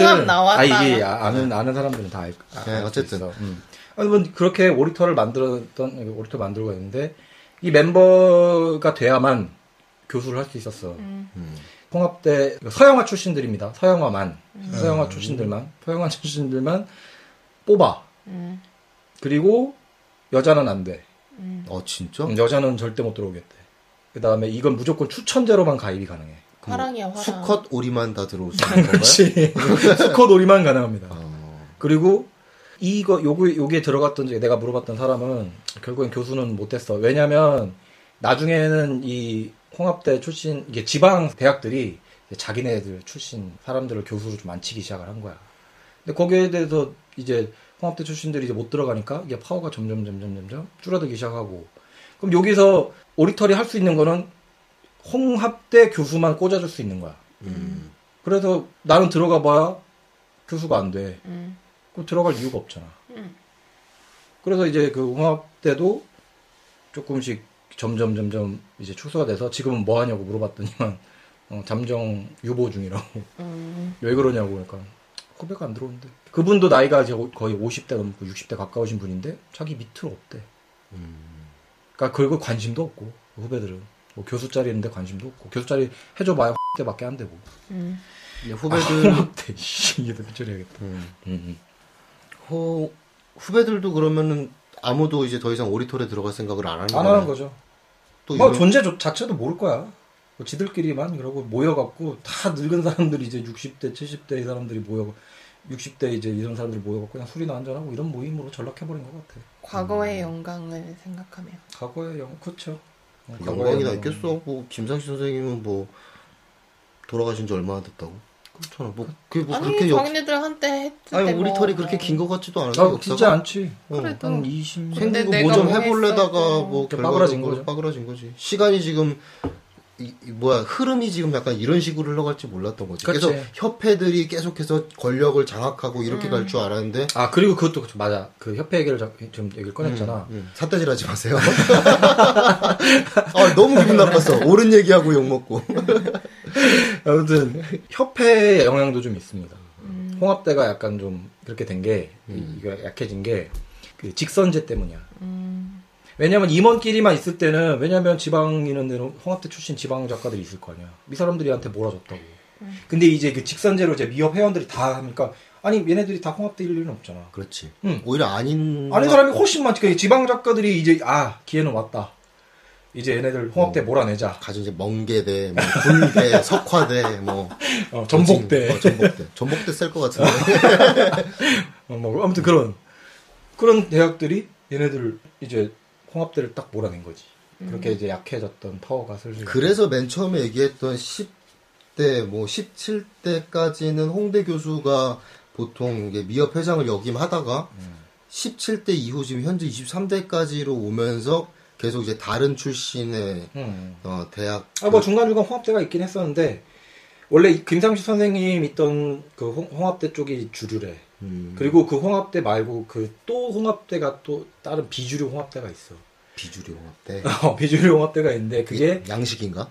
S1: 홍합 나왔다.
S3: 아 이게 아- 아는 아는 사람들은 다 알. 아,
S2: 네,
S3: 알수
S2: 어쨌든.
S3: 있어. 음. 아무튼 그렇게 오리털을 만들었던 오리털 만들고 있는데 이 멤버가 돼야만 교수를 할 수 있었어.
S1: 음.
S3: 홍합대 서영화 출신들입니다. 서영화만 서영화 출신들만 서영화 출신들만 뽑아
S1: 음.
S3: 그리고 여자는 안 돼.
S1: 음.
S2: 어 진짜?
S3: 여자는 절대 못 들어오겠대. 그 다음에 이건 무조건 추천제로만 가입이 가능해.
S1: 화랑이야 화랑.
S2: 뭐, 그 수컷 오리만 다 들어올 수
S3: 아,
S2: 있는 건가요?
S3: 그렇지. 수컷 오리만 가능합니다.
S2: 어,
S3: 그리고 이거 요거 요게 들어갔던 지 내가 물어봤던 사람은 결국엔 교수는 못했어. 왜냐면 나중에는 이 홍합대 출신 이게 지방 대학들이 자기네들 출신 사람들을 교수로 좀 안치기 시작을 한 거야. 근데 거기에 대해서 이제 홍합대 출신들이 이제 못 들어가니까 이게 파워가 점점 점점 점점 줄어들기 시작하고 그럼 여기서 오리털이 할 수 있는 거는 홍합대 교수만 꽂아줄 수 있는 거야.
S2: 음.
S3: 그래서 나는 들어가 봐야 교수가 안 돼.
S1: 음.
S3: 그럼 들어갈 이유가 없잖아.
S1: 음.
S3: 그래서 이제 그 홍합 때도 조금씩 점점 점점 이제 축소가 돼서 지금은 뭐 하냐고 물어봤더니만 어, 잠정 유보 중이라고
S1: 음.
S3: 왜 그러냐고 그러니까 고백 안 들어오는데 그분도 나이가 이제 오- 거의 50대 넘고 60대 가까우신 분인데 자기 밑으로 없대. 그러니까 그리고 관심도 없고 후배들은 뭐 교수 자리 있는데 관심도 없고 교수 자리 해줘봐야 때밖에 안 되고
S1: 음.
S2: 근데
S3: 후배들
S2: 후배들
S3: 홍합 때 씨, 얘도 미쳐내야겠다.
S2: 음.
S3: 음,
S2: 호, 후배들도 그러면은 아무도 이제 더 이상 오리털에 들어갈 생각을 안 하는
S3: 음. 안 하는 거죠.
S2: 또
S3: 뭐
S2: 이런-
S3: 존재 조- 자체도 모를 거야. 뭐 지들끼리만 그러고 모여갖고 다 늙은 사람들이 이제 60대, 70대 이 사람들이 모여 60대 이제 이런 사람들이 모여갖고 그냥 술이나 한잔하고 이런 모임으로 전락해버린 것 같아.
S1: 과거의
S2: 음.
S1: 영광을 생각하며.
S3: 과거의 영, 그쵸. 어,
S2: 그
S3: 과거의
S2: 영광이나
S3: 영-
S2: 있겠어. 뭐 김상식 선생님은 뭐 돌아가신 지 얼마나 됐다고? 그렇잖아. 뭐 그게 뭐
S1: 아니
S2: 그렇게 역
S1: 자기네들 한때 했을
S2: 아니
S1: 때
S2: 우리
S1: 뭐,
S2: 털이
S1: 뭐.
S2: 그렇게 긴 것 같지도 않은데
S3: 아,
S2: 역사가 어.
S3: 진짜 않지.
S1: 그래. 그래도-
S3: 한 20,
S1: 근데
S2: 생기고 뭐
S1: 내가
S2: 좀
S1: 뭐
S2: 해보려다가
S1: 했어도.
S2: 뭐
S3: 그러니까 빠그라진
S2: 결과적으로
S3: 거죠.
S2: 빠그라진 거지. 시간이 지금 이, 이 뭐야 흐름이 지금 약간 이런 식으로 흘러갈지 몰랐던 거지.
S3: 그렇지.
S2: 그래서 협회들이 계속해서 권력을 장악하고
S1: 음.
S2: 이렇게 갈 줄 알았는데
S3: 아, 그리고 그것도 그쵸. 맞아. 그 협회 얘기를 자- 지금 얘기를 꺼냈잖아.
S2: 음, 사태질하지 마세요. 아 너무 기분 나빴어. 옳은 얘기하고 욕 먹고.
S3: 아무튼 협회의 영향도 좀 있습니다.
S1: 음.
S3: 홍합대가 약간 좀 그렇게 된 게,
S2: 음.
S3: 이거 약해진 게, 그 직선제 때문이야.
S1: 음.
S3: 왜냐면 임원끼리만 있을 때는 왜냐면 지방이는 데는 홍합대 출신 지방 작가들이 있을 거 아니야. 이 사람들이한테 몰아줬다고. 근데 이제 그 직선제로 이제 미협 회원들이 다 하니까 아니 얘네들이 다 홍합대 일리는 없잖아.
S2: 그렇지.
S3: 응.
S2: 오히려 아닌
S3: 음. 아닌 사람이 훨씬 많지. 그 지방 작가들이 이제 아 기회는 왔다. 이제 얘네들 홍합대
S2: 음.
S3: 몰아내자.
S2: 가진 이제 멍게대, 뭐 굴대, 석화대, 뭐
S3: 어,
S2: 어,
S3: 전복대.
S2: 전복대, 전복대 쓸 것 같은데.
S3: 어, 뭐 아무튼 그런 그런 대학들이 얘네들 이제 홍합대를 딱 몰아낸 거지. 그렇게 이제 약해졌던 파워가 슬슬.
S2: 그래서 맨 처음에 얘기했던 10대, 뭐 17대까지는 홍대 교수가 보통 이게 미협 회장을 역임하다가
S3: 음.
S2: 17대 이후 지금 현재 23대까지로 오면서 계속 이제 다른 출신의
S3: 음.
S2: 어, 대학
S3: 아, 뭐 중간중간 홍합대가 있긴 했었는데 원래 이 김상식 선생님 있던 그 홍, 합대 쪽이 주류래.
S2: 음,
S3: 그리고 그 홍합대 말고 그 또 홍합대가 또 다른 비주류 홍합대가 있어.
S2: 비주류 때
S3: 어, 비주류 홍합대가 있는데 그게 네.
S2: 양식인가?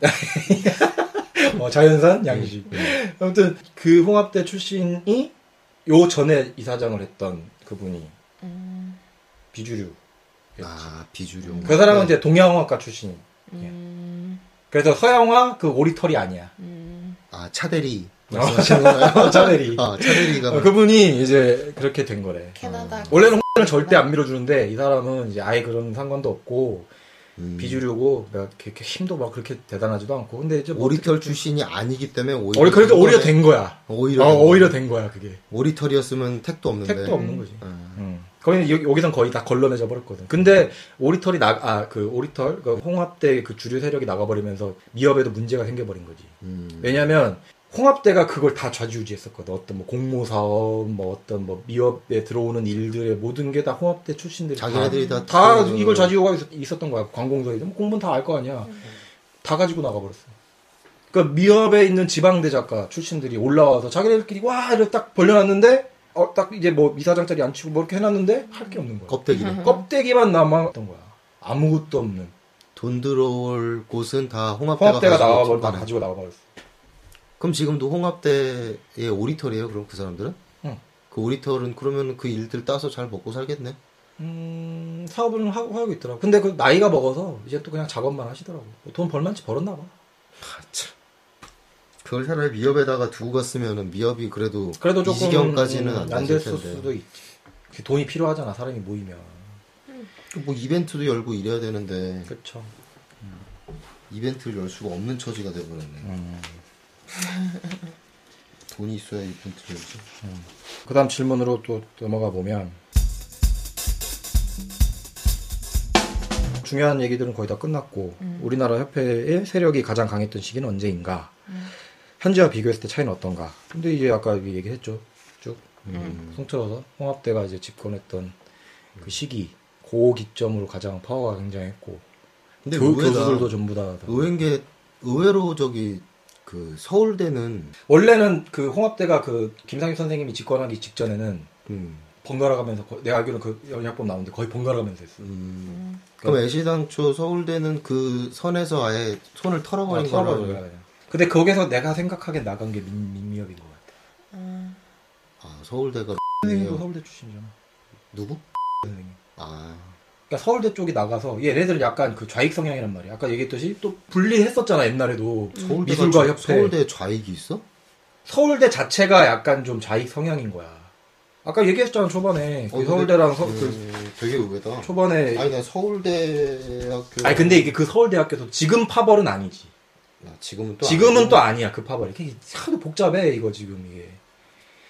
S3: 어, 자연산 양식.
S2: 음,
S3: 아무튼 그 홍합대 출신이 요 전에 이사장을 했던 그분이
S1: 음.
S3: 비주류.
S2: 아 비주류.
S3: 그 사람은 이제 동양화학과 출신.
S2: 예.
S1: 음.
S3: 그래서 서양화 그 오리털이 아니야.
S1: 음.
S2: 아 차대리
S3: 어.
S2: 말씀하시는 거예요?
S3: 차대리.
S2: 아 차대리가
S3: 어, 그분이 이제 그렇게 된 거래.
S2: 아,
S1: 캐나다.
S3: 원래는 홍대는 절대 안 밀어주는데 이 사람은 이제 아예 그런 상관도 없고
S2: 음.
S3: 비주류고 막 이렇게, 이렇게 힘도 막 그렇게 대단하지도 않고 근데 이제 뭐
S2: 오리털 출신이 아니기 때문에 오히려
S3: 어리 그래도 그러니까 오히려
S2: 이번에-
S3: 된 거야.
S2: 오히려
S3: 어,
S2: 된 거야.
S3: 오히려 된 거야 그게.
S2: 오리털이었으면 택도 없는데
S3: 택도 없는 거지.
S2: 어.
S3: 음. 거기는 여- 여기선 거의 다 걸러내져 버렸거든. 근데 오리털이 나아그 오리털 그 홍합대 그 주류 세력이 나가버리면서 미협에도 문제가 생겨버린 거지.
S2: 음.
S3: 왜냐면 홍합대가 그걸 다 좌지우지했었거든. 어떤 뭐 공모 사업, 뭐 어떤 뭐 미업에 들어오는 일들의 모든 게 다 홍합대 출신들이 다
S2: 자기네들이 다,
S3: 다
S2: 그-
S3: 이걸 좌지우가 있었던 거야. 관공서에도 뭐 공무원 다 알 거 아니야. 다 가지고 나가버렸어. 그러니까 미협에 있는 지방대 작가 출신들이 올라와서 자기네들끼리 와 이렇게 딱 벌려놨는데 어, 딱 이제 뭐 이사장짜리 안 치고 뭐 이렇게 해놨는데 할 게 없는 거야.
S2: 껍데기를
S3: 껍데기만 남았던 거야. 아무것도 없는.
S2: 돈 들어올 곳은 다 홍합대가,
S3: 홍합대가
S2: 가지고
S3: 나와버려 다
S2: 출발해.
S3: 가지고 나와버렸어.
S2: 그럼 지금도 홍합대의 오리털이에요 그럼 그 사람들은?
S3: 응.
S2: 그 오리털은 그러면 그 일들 따서 잘 먹고 살겠네
S3: 음, 사업을 하고, 하고 있더라고. 근데 그 나이가 먹어서 이제 또 그냥 작업만 하시더라고. 뭐돈 벌만치 벌었나 봐.
S2: 그걸 차라리 미협에다가 두고 갔으면 미협이 그래도,
S3: 그래도 조금
S2: 이 지경까지는
S3: 음,
S2: 안,
S3: 안
S2: 됐을
S3: 됐을 그
S2: 텐데
S3: 수도 있지. 돈이 필요하잖아 사람이 모이면.
S2: 뭐 이벤트도 열고 이래야 되는데
S3: 그렇죠.
S2: 이벤트를 열 수가 없는 처지가 돼버렸네.
S3: 음.
S2: 돈이 있어야 이벤트 열지.
S3: 그다음 질문으로 또 넘어가 보면 중요한 얘기들은 거의 다 끝났고 우리나라 협회의 세력이 가장 강했던 시기는 언제인가? 현재와 비교했을 때 차이는 어떤가? 근데 이제 아까 이 얘기했죠. 쭉 음, 송틀어서 홍합대가 이제 집권했던 그 시기 고 기점으로 가장 파워가 굉장했고
S2: 근데
S3: 교,
S2: 의외다.
S3: 교수들도 전부 다, 다
S2: 의외인 게 의외로 저기 그 서울대는
S3: 원래는 그 홍합대가 그 김상엽 선생님이 집권하기 직전에는
S2: 음,
S3: 번갈아 가면서 거- 내가 알기로는 그 영약법 나오는데 거의 번갈아 가면서 했어.
S2: 음. 그럼 애시당초 서울대는 그 선에서 아예 손을 털어버린
S3: 털어버린
S2: 거라고.
S3: 거야, 그냥. 네. 근데 거기서 내가 생각하기에 나간 게 민, 민미협인 것 같아.
S1: 음.
S2: 아 서울대가
S3: 선생님도 서울대 출신이잖아.
S2: 누구?
S3: 선생님.
S2: 아
S3: 그러니까 서울대 쪽이 나가서 얘네들 약간 그 좌익 성향이란 말이야. 아까 얘기했듯이 또 분리했었잖아 옛날에도.
S2: 서울대가
S3: 미술과
S2: 좌-
S3: 협회.
S2: 서울대 좌익이 있어?
S3: 서울대 자체가 약간 좀 좌익 성향인 거야. 아까 얘기했잖아 초반에 그
S2: 어, 근데-
S3: 서울대랑 서, 그
S2: 음, 되게 의외다.
S3: 초반에.
S2: 아니 난 서울대학교.
S3: 아니 근데 이게 그 서울대학교도 지금 파벌은 아니지.
S2: 아, 지금은 또
S3: 지금은
S2: 아니고.
S3: 또 아니야 그 파벌 이게 하도 복잡해 이거 지금 이게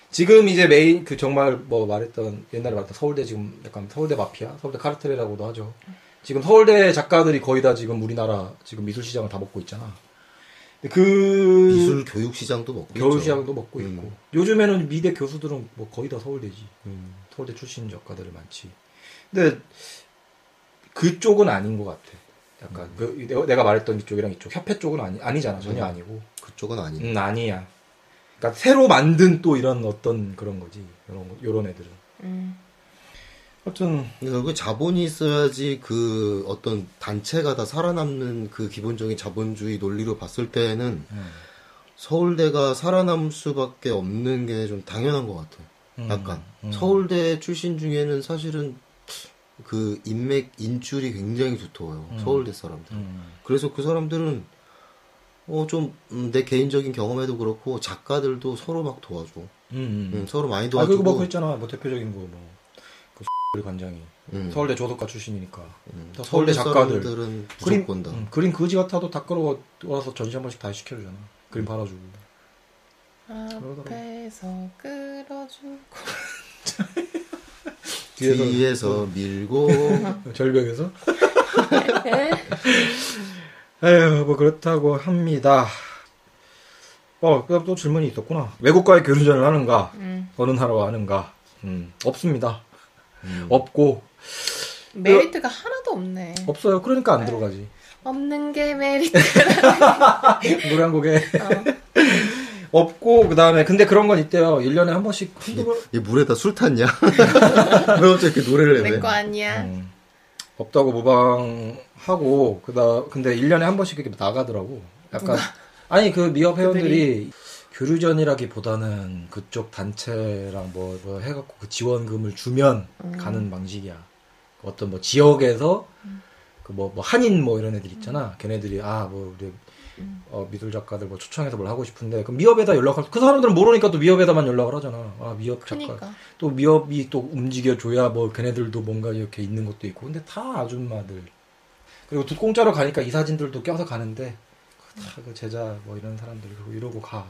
S3: 지금 이제 메인 그 정말 뭐 말했던 옛날에 말했던 서울대 지금 약간 서울대 마피아 서울대 카르텔이라고도 하죠 지금 서울대 작가들이 거의 다 지금 우리나라 지금 미술 시장을 다 먹고 있잖아 근데 그
S2: 미술 교육 시장도 먹고.
S3: 겨울
S2: 있죠.
S3: 시장도 먹고
S2: 음.
S3: 있고 요즘에는 미대 교수들은 뭐 거의 다 서울대지
S2: 음.
S3: 서울대 출신 작가들이 많지 근데 그쪽은 아닌 것 같아 약간 그 내가- 내가 말했던 이쪽이랑 이쪽 협회 쪽은 아니 아니잖아 전혀
S2: 음.
S3: 아니고
S2: 그쪽은 아니네.
S3: 음, 아니야. 그러니까 새로 만든 또 이런 어떤 그런 거지. 이런 거- 이런 애들은.
S1: 음.
S3: 하여튼
S2: 근데 결국 그러니까 그 자본이 있어야지 그 어떤 단체가 다 살아남는 그 기본적인 자본주의 논리로 봤을 때에는
S3: 음,
S2: 서울대가 살아남을 수밖에 없는 게 좀 당연한 것 같아.
S3: 음,
S2: 약간
S3: 음.
S2: 서울대 출신 중에는 사실은 그 인맥 인줄이 굉장히 두터워요.
S3: 음.
S2: 서울대 사람들.
S3: 음,
S2: 그래서 그 사람들은 어 좀 내 개인적인 경험에도 그렇고 작가들도 서로 막 도와줘.
S3: 음, 음.
S2: 음, 서로 많이
S3: 아 그리고
S2: 도와주고.
S3: 뭐 그랬잖아. 뭐 대표적인 거 뭐. 그 우리 관장이
S2: 음,
S3: 그 서울대 조덕가 출신이니까.
S2: 음.
S3: 다 서울대 작가들.
S2: 사람들은
S3: 그림-
S2: 무조건 다.
S3: 음, 그림 그지 같아도 다 끌어와서 전시 한 번씩 다 시켜주잖아.
S2: 음.
S3: 그림 팔아주고.
S1: 음. 앞에서 끌어주고
S3: 뒤에서-
S2: 뒤에서, 밀고
S3: 절벽에서.
S1: 네.
S3: 에휴 뭐 그렇다고 합니다. 어 그다음 또 질문이 있었구나. 외국과의 교류전을 하는가?
S1: 음.
S3: 어느 나라와 하는가? 음, 없습니다.
S2: 음.
S3: 없고
S1: 그 메리트가 하나도 없네.
S3: 없어요. 어. 그러니까 안 들어가지.
S1: 없는 게 메리트.
S3: 노래 한 곡에
S1: 어.
S3: 없고 그다음에 근데 그런 건 있대요. 1년에 한 번씩 한두 번
S2: 얘 물에다 술 탔냐? 왜 갑자기 이렇게 노래를 해?
S1: 내거 아니야.
S3: 네. 음, 없다고 무방하고 그다 근데 1년에 한 번씩 이렇게 나가더라고. 약간 아니 그 미협 회원들이 교류전이라기보다는 그쪽 단체랑 뭐, 뭐 해갖고 그 지원금을 주면
S1: 음.
S3: 가는 방식이야. 어떤 뭐 지역에서
S1: 음.
S3: 그 뭐 뭐 한인 뭐 이런 애들 있잖아. 걔네들이 아 뭐 우리
S1: 음.
S3: 어, 미술 작가들 뭐 초청해서 뭘 하고 싶은데 그럼 미협에다 연락할 수- 그 사람들은 모르니까 또 미협에다만 연락을 하잖아. 아 미협 작가
S1: 그러니까.
S3: 또 미협이 또 움직여줘야 뭐 걔네들도 뭔가 이렇게 있는 것도 있고 근데 다 아줌마들 그리고 또 공짜로 가니까 이 사진들도 껴서 가는데 다그 제자 뭐 이런 사람들 그러고 이러고 가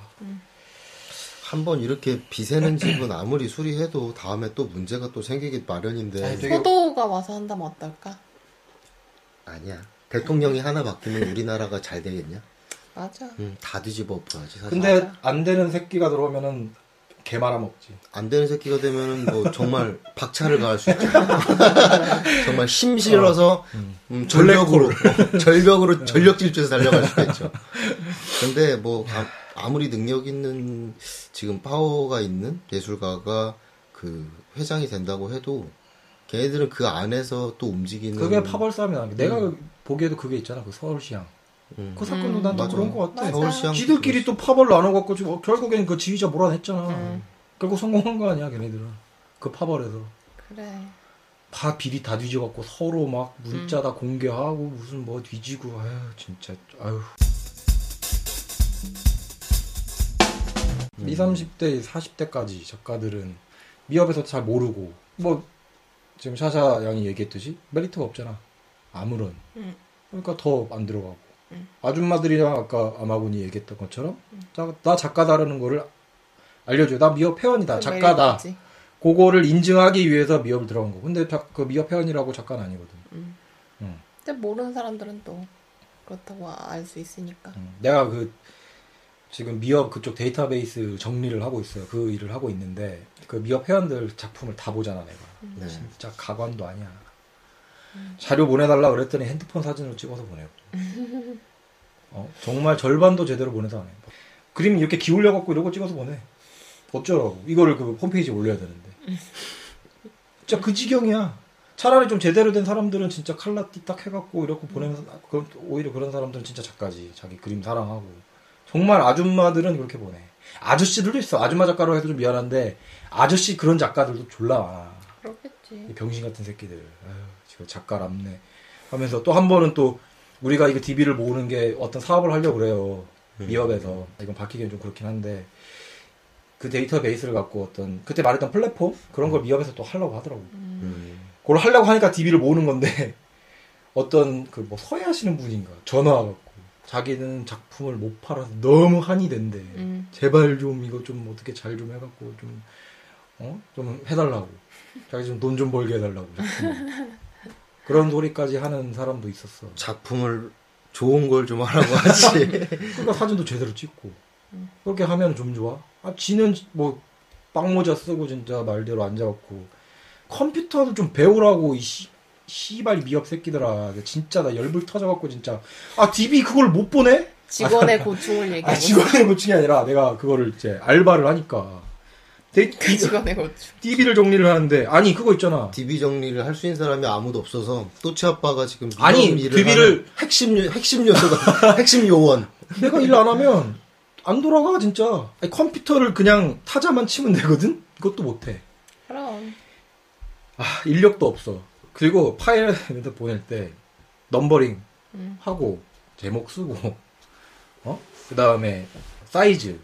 S2: 한 번 이렇게 비세는 집은 아무리 수리해도 다음에 또 문제가 또 생기기 마련인데
S3: 아니, 되게-
S1: 포도가 와서 한다면 어떨까?
S2: 아니야 대통령이 하나 바뀌면 우리나라가 잘 되겠냐?
S1: 맞아.
S2: 음, 다 뒤집어 엎어야지 사실
S3: 근데 안 되는 새끼가 들어오면은 개 말아먹지
S2: 안 되는 새끼가 되면은 뭐 정말 박차를 가할 수 있죠 정말 힘 실어서 음, 전력으로 어,
S3: 네.
S2: 절벽으로 전력 질주해서 달려갈 수 있죠 근데 뭐 아, 무리 능력 있는 지금 파워가 있는 예술가가 그 회장이 된다고 해도 걔네들은 그 안에서 또 움직이는
S3: 그게 파벌 싸움이 나는 게 내가 보기에도 그게 있잖아 그 서울시향
S2: 음.
S3: 그 사건도
S1: 음.
S3: 난 또
S2: 맞아.
S3: 그런 것 같아
S1: 맞아.
S2: 서울시장
S3: 지들끼리 또 파벌 나눠갖고 지금 어, 결국엔 그 지휘자 몰아냈잖아
S1: 음.
S3: 결국 성공한 거 아니야 걔네들은 그 파벌에서
S1: 그래.
S3: 다 비리 다 뒤져갖고 서로 막 문자
S1: 음.
S3: 다 공개하고 무슨 뭐 뒤지고 아유 진짜 아유 20, 30대, 40대까지 작가들은 미협에서 잘 모르고 뭐 지금 샤샤 양이 얘기했듯이 메리트가 없잖아. 아무런.
S1: 음.
S3: 그러니까 더 안 들어가고.
S1: 음.
S3: 아줌마들이랑 아까 아마군이 얘기했던 것처럼 자, 나 작가다라는 거를 알려줘요. 나 미협 회원이다.
S1: 그 매력이
S3: 작가다.
S1: 있지.
S3: 그거를 인증하기 위해서 미협을 들어간 거고. 근데 자- 그 미협 회원이라고 작가는 아니거든.
S1: 근데 모르는 사람들은 또 그렇다고 알 수 있으니까.
S3: 음, 내가 그 지금 미협 그쪽 데이터베이스 정리를 하고 있어요. 그 일을 하고 있는데 그 미협 회원들 작품을 다 보잖아 내가.
S2: 네.
S3: 진짜 가관도 아니야. 자료 보내달라 그랬더니 핸드폰 사진으로 찍어서 보내고. 어, 정말 절반도 제대로 보내도 안 해. 그림 이렇게 기울여 갖고 이러고 찍어서 보내. 어쩌라고? 이거를 그 홈페이지에 올려야 되는데. 진짜 그 지경이야. 차라리 좀 제대로 된 사람들은 진짜 칼라 띠딱 해갖고 이렇게 보내면서 아, 그럼 또 오히려 그런 사람들은 진짜 작가지. 자기 그림 사랑하고. 정말 아줌마들은 그렇게 보내. 아저씨들도 있어. 아줌마 작가로 해도 좀 미안한데 아저씨 그런 작가들도 졸라 많아. 이
S1: 그렇겠지.
S3: 병신 같은 새끼들. 아유, 지금 작가랍네. 하면서 또 한 번은 또 우리가 이거 DB를 모으는 게 어떤 사업을 하려고 그래요. 미업에서. 이건 바뀌기엔 좀 그렇긴 한데. 그 데이터베이스를 갖고 어떤 그때 말했던 플랫폼 그런 걸 미업에서 또 하려고 하더라고.
S2: 음.
S3: 그걸 하려고 하니까 DB를 모으는 건데 어떤 그 뭐 서예하시는 분인가 전화 와갖고 자기는 작품을 못 팔아서 너무 한이 된대.
S1: 음.
S3: 제발 좀 이거 좀 어떻게 잘 좀 해갖고 좀, 어? 좀 해달라고. 자기 좀 돈 좀 벌게 해달라고. 자꾸. 그런 소리까지 하는 사람도 있었어.
S2: 작품을 좋은 걸 좀 하라고 하지.
S3: 그러니까 사진도 제대로 찍고. 그렇게 하면 좀 좋아. 아, 지는 뭐, 빵모자 쓰고 진짜 말대로 앉아갖고. 컴퓨터도 좀 배우라고, 이 씨, 씨발 미역 새끼들아. 진짜 나 열불 터져갖고 진짜. 아, DB 그걸 못 보내?
S1: 직원의 고충을 얘기하고
S3: 아, 직원의 고충이 아니라 내가 그거를 이제 알바를 하니까. 데이-
S1: 그 직원의 고충.
S3: DB를 정리를 하는데 아니 그거 있잖아.
S2: DB 정리를 할 수 있는 사람이 아무도 없어서 또치 아빠가 지금 미럼
S3: 아니,
S2: 일을
S3: DB 를-
S2: 하는 핵심 요- 핵심 요소가 핵심 요원.
S3: 내가 일 안 하면 안 돌아가 진짜. 아니, 컴퓨터를 그냥 타자만 치면 되거든. 그것도 못해.
S1: 그럼
S3: 아 인력도 없어. 그리고 파일을 보낼 때 넘버링
S1: 음.
S3: 하고 제목 쓰고 어 그다음에 사이즈,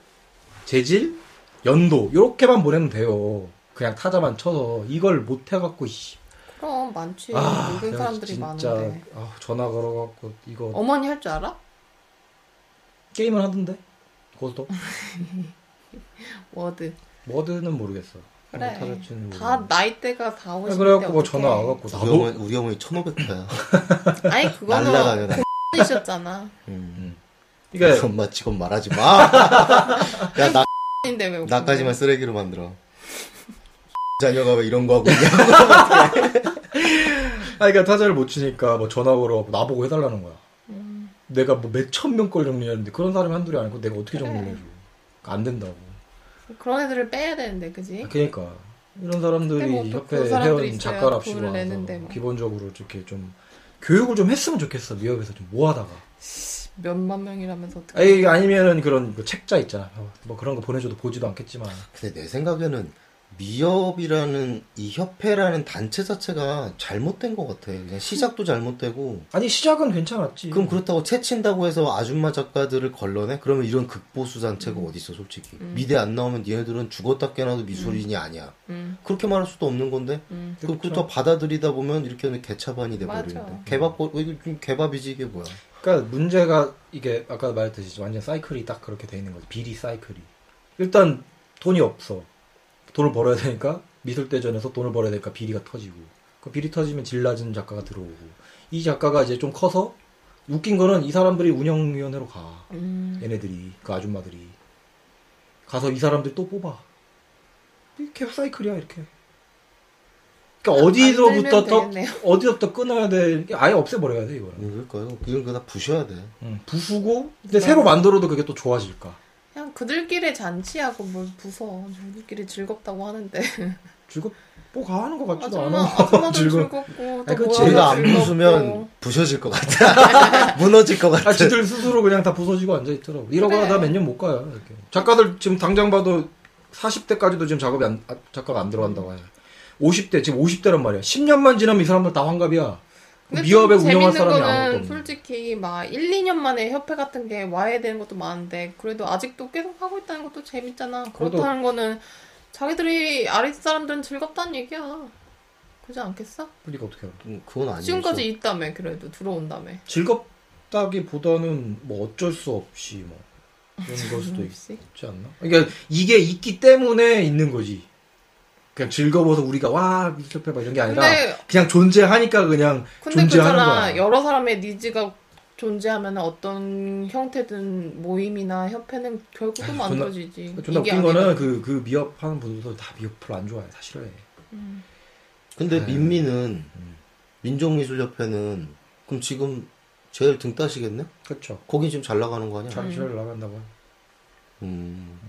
S3: 재질, 연도 이렇게만 보내면 돼요. 그냥 타자만 쳐서 이걸 못 해갖고 씨. 아,
S1: 그럼 많지. 예, 모든
S3: 내가
S1: 사람들이
S3: 진짜
S1: 많은데.
S3: 아, 전화 걸어갖고 이거
S1: 어머니 할 줄 알아?
S3: 게임을 하던데 그것도
S1: 워드.
S3: 뭐드는 모르겠어.
S1: 그래.
S3: 뭐 타자치는
S1: 다
S3: 모르겠어.
S1: 나이대가 4, 50대
S3: 그래갖고 뭐 전화 와갖고
S2: 우리
S3: 나도
S2: 어머니 우리 어머니 1500회야.
S1: 아니 그거는
S2: 날라가요. 날.
S1: 이셨잖아
S2: 음. 우리
S3: 이게
S2: 엄마 직업 말하지 마. 야 나,
S1: 인데
S3: 음.
S1: 왜 웃는
S2: 나까지만 쓰레기로 만들어. 자녀가 왜 이런 거 하고 있냐?
S3: 아 그러니까 타자를 못 치니까 뭐 전화 걸어갖고 나보고 해달라는 거야.
S1: 음.
S3: 내가 뭐 몇천 명 걸 정리하는데 그런 사람이 한둘이 아니고 내가 어떻게
S1: 그래.
S3: 정리해줘? 그러니까 안 된다고.
S1: 그런 애들을 빼야 되는데 그지?
S3: 아, 그러니까
S1: 근데
S3: 이런
S1: 뭐
S3: 사람들이
S1: 또
S3: 협회
S1: 네? 그런 사람들이
S3: 회원
S1: 있어야
S3: 작가랍시고
S1: 돈을
S3: 와서
S1: 내는데 뭐.
S3: 기본적으로 이렇게 좀 교육을 좀 했으면 좋겠어 미업에서 좀 뭐하다가
S1: 몇만 명이라면서 어떻게
S3: 아니 아니면은 그런 그 책자 있잖아 뭐 그런 거 보내줘도 보지도 않겠지만
S2: 근데 내 생각에는 미협이라는 이 협회라는 단체 자체가 잘못된 것 같아. 그냥 시작도 잘못되고.
S3: 아니 시작은 괜찮았지
S2: 그럼 그렇다고 채친다고 해서 아줌마 작가들을 걸러내? 그러면 이런 극보수 단체가 어디 있어 솔직히. 미대 안 나오면 니네들은 죽었다 깨어나도 미술인이 아니야.
S1: 음.
S2: 그렇게 말할 수도 없는 건데.
S1: 음.
S2: 그걸
S3: 그렇죠.
S2: 더 받아들이다 보면 이렇게 하면 개차반이
S1: 맞아.
S2: 돼버리는데. 개밥 어, 이거 좀 개밥이지 이게 뭐야?
S3: 그러니까 문제가 이게 아까 말했듯이 완전 사이클이 딱 그렇게 돼 있는 거지 비리 사이클이 일단 돈이 없어 돈을 벌어야 되니까 미술대전에서 돈을 벌어야 되니까 비리가 터지고 그 비리 터지면 질 낮은 작가가 들어오고 이 작가가 이제 좀 커서 웃긴 거는 이 사람들이 운영위원회로 가
S1: 음.
S3: 얘네들이 그 아줌마들이 가서 이 사람들 또 뽑아 이렇게 사이클이야 이렇게 그러니까 어디서부터
S1: 안
S3: 떠,
S1: 들면 아, 되겠네요.
S3: 어디서부터 끊어야 될 아예 없애버려야 돼 이거는
S2: 그럴까요? 이건 그다 부셔야 돼.
S3: 음, 부수고 근데 새로 만들어도 그게 또 좋아질까?
S1: 그냥 그들끼리 잔치하고 뭘 부서 그들끼리 즐겁다고 하는데
S3: 즐겁 뭐가 하는 것 같지도
S1: 아줌마
S3: 않아.
S1: 아줌마들
S3: 즐거-
S1: 즐겁고 또
S3: 아니, 그
S1: 모여서
S2: 저희가 안
S1: 즐겁고.
S2: 부수면 부셔질 것 같아. 무너질 것 같아.
S3: 아, 지들 스스로 그냥 다 부서지고 앉아 있더라고. 이러고
S1: 그래.
S3: 하다 몇 년 못 가요. 이렇게. 작가들 지금 당장 봐도 40대까지도 지금 작업이 안, 아, 작가가 안 들어간다고 해. 50대 지금 50대란 말이야. 10년만 지나면 이 사람들 다 환갑이야.
S1: 근데
S3: 미업에
S1: 좀 재밌는
S3: 운영할 사람이
S1: 거는
S3: 아무것도 없는.
S1: 솔직히 막 1, 2년 만에 협회 같은 게 와야 되는 것도 많은데 그래도 아직도 계속 하고 있다는 것도 재밌잖아.
S3: 그래도-
S1: 그렇다는 거는 자기들이 아랫 사람들은 즐겁다는 얘기야. 그러지 않겠어?
S3: 그러니까 어떻게 알아?
S2: 음, 그건 아니죠.
S1: 지금까지 있다며 그래도 들어온다며.
S3: 즐겁다기보다는 뭐 어쩔 수 없이 뭐 그런 걸 수도
S1: 없이.
S3: 있지 않나? 그러니까 이게 있기 때문에 있는 거지. 그냥 즐거워서 우리가 와 미스터페 막 이런 게 아니라
S1: 근데
S3: 그냥 존재하니까 그냥
S1: 근데
S3: 존재하는
S1: 그잖아
S3: 거야.
S1: 여러 사람의 니즈가 존재하면 어떤 형태든 모임이나 협회는 결국은
S3: 아휴, 존나-
S1: 만들어지지.
S3: 그러니까 존나
S1: 이게
S3: 웃긴 거는
S1: 아니라-
S3: 그, 그 미업하는 분들도 다 미업 별로 안 좋아해. 다 싫어해.
S1: 음.
S2: 근데
S3: 네.
S2: 민미는 민족미술협회는 그럼 지금 제일 등 따시겠네?
S3: 그쵸.
S2: 거긴 지금 잘 나가는 거 아니야?
S3: 잘
S1: 음.
S3: 싫어 나간다고.
S2: 음.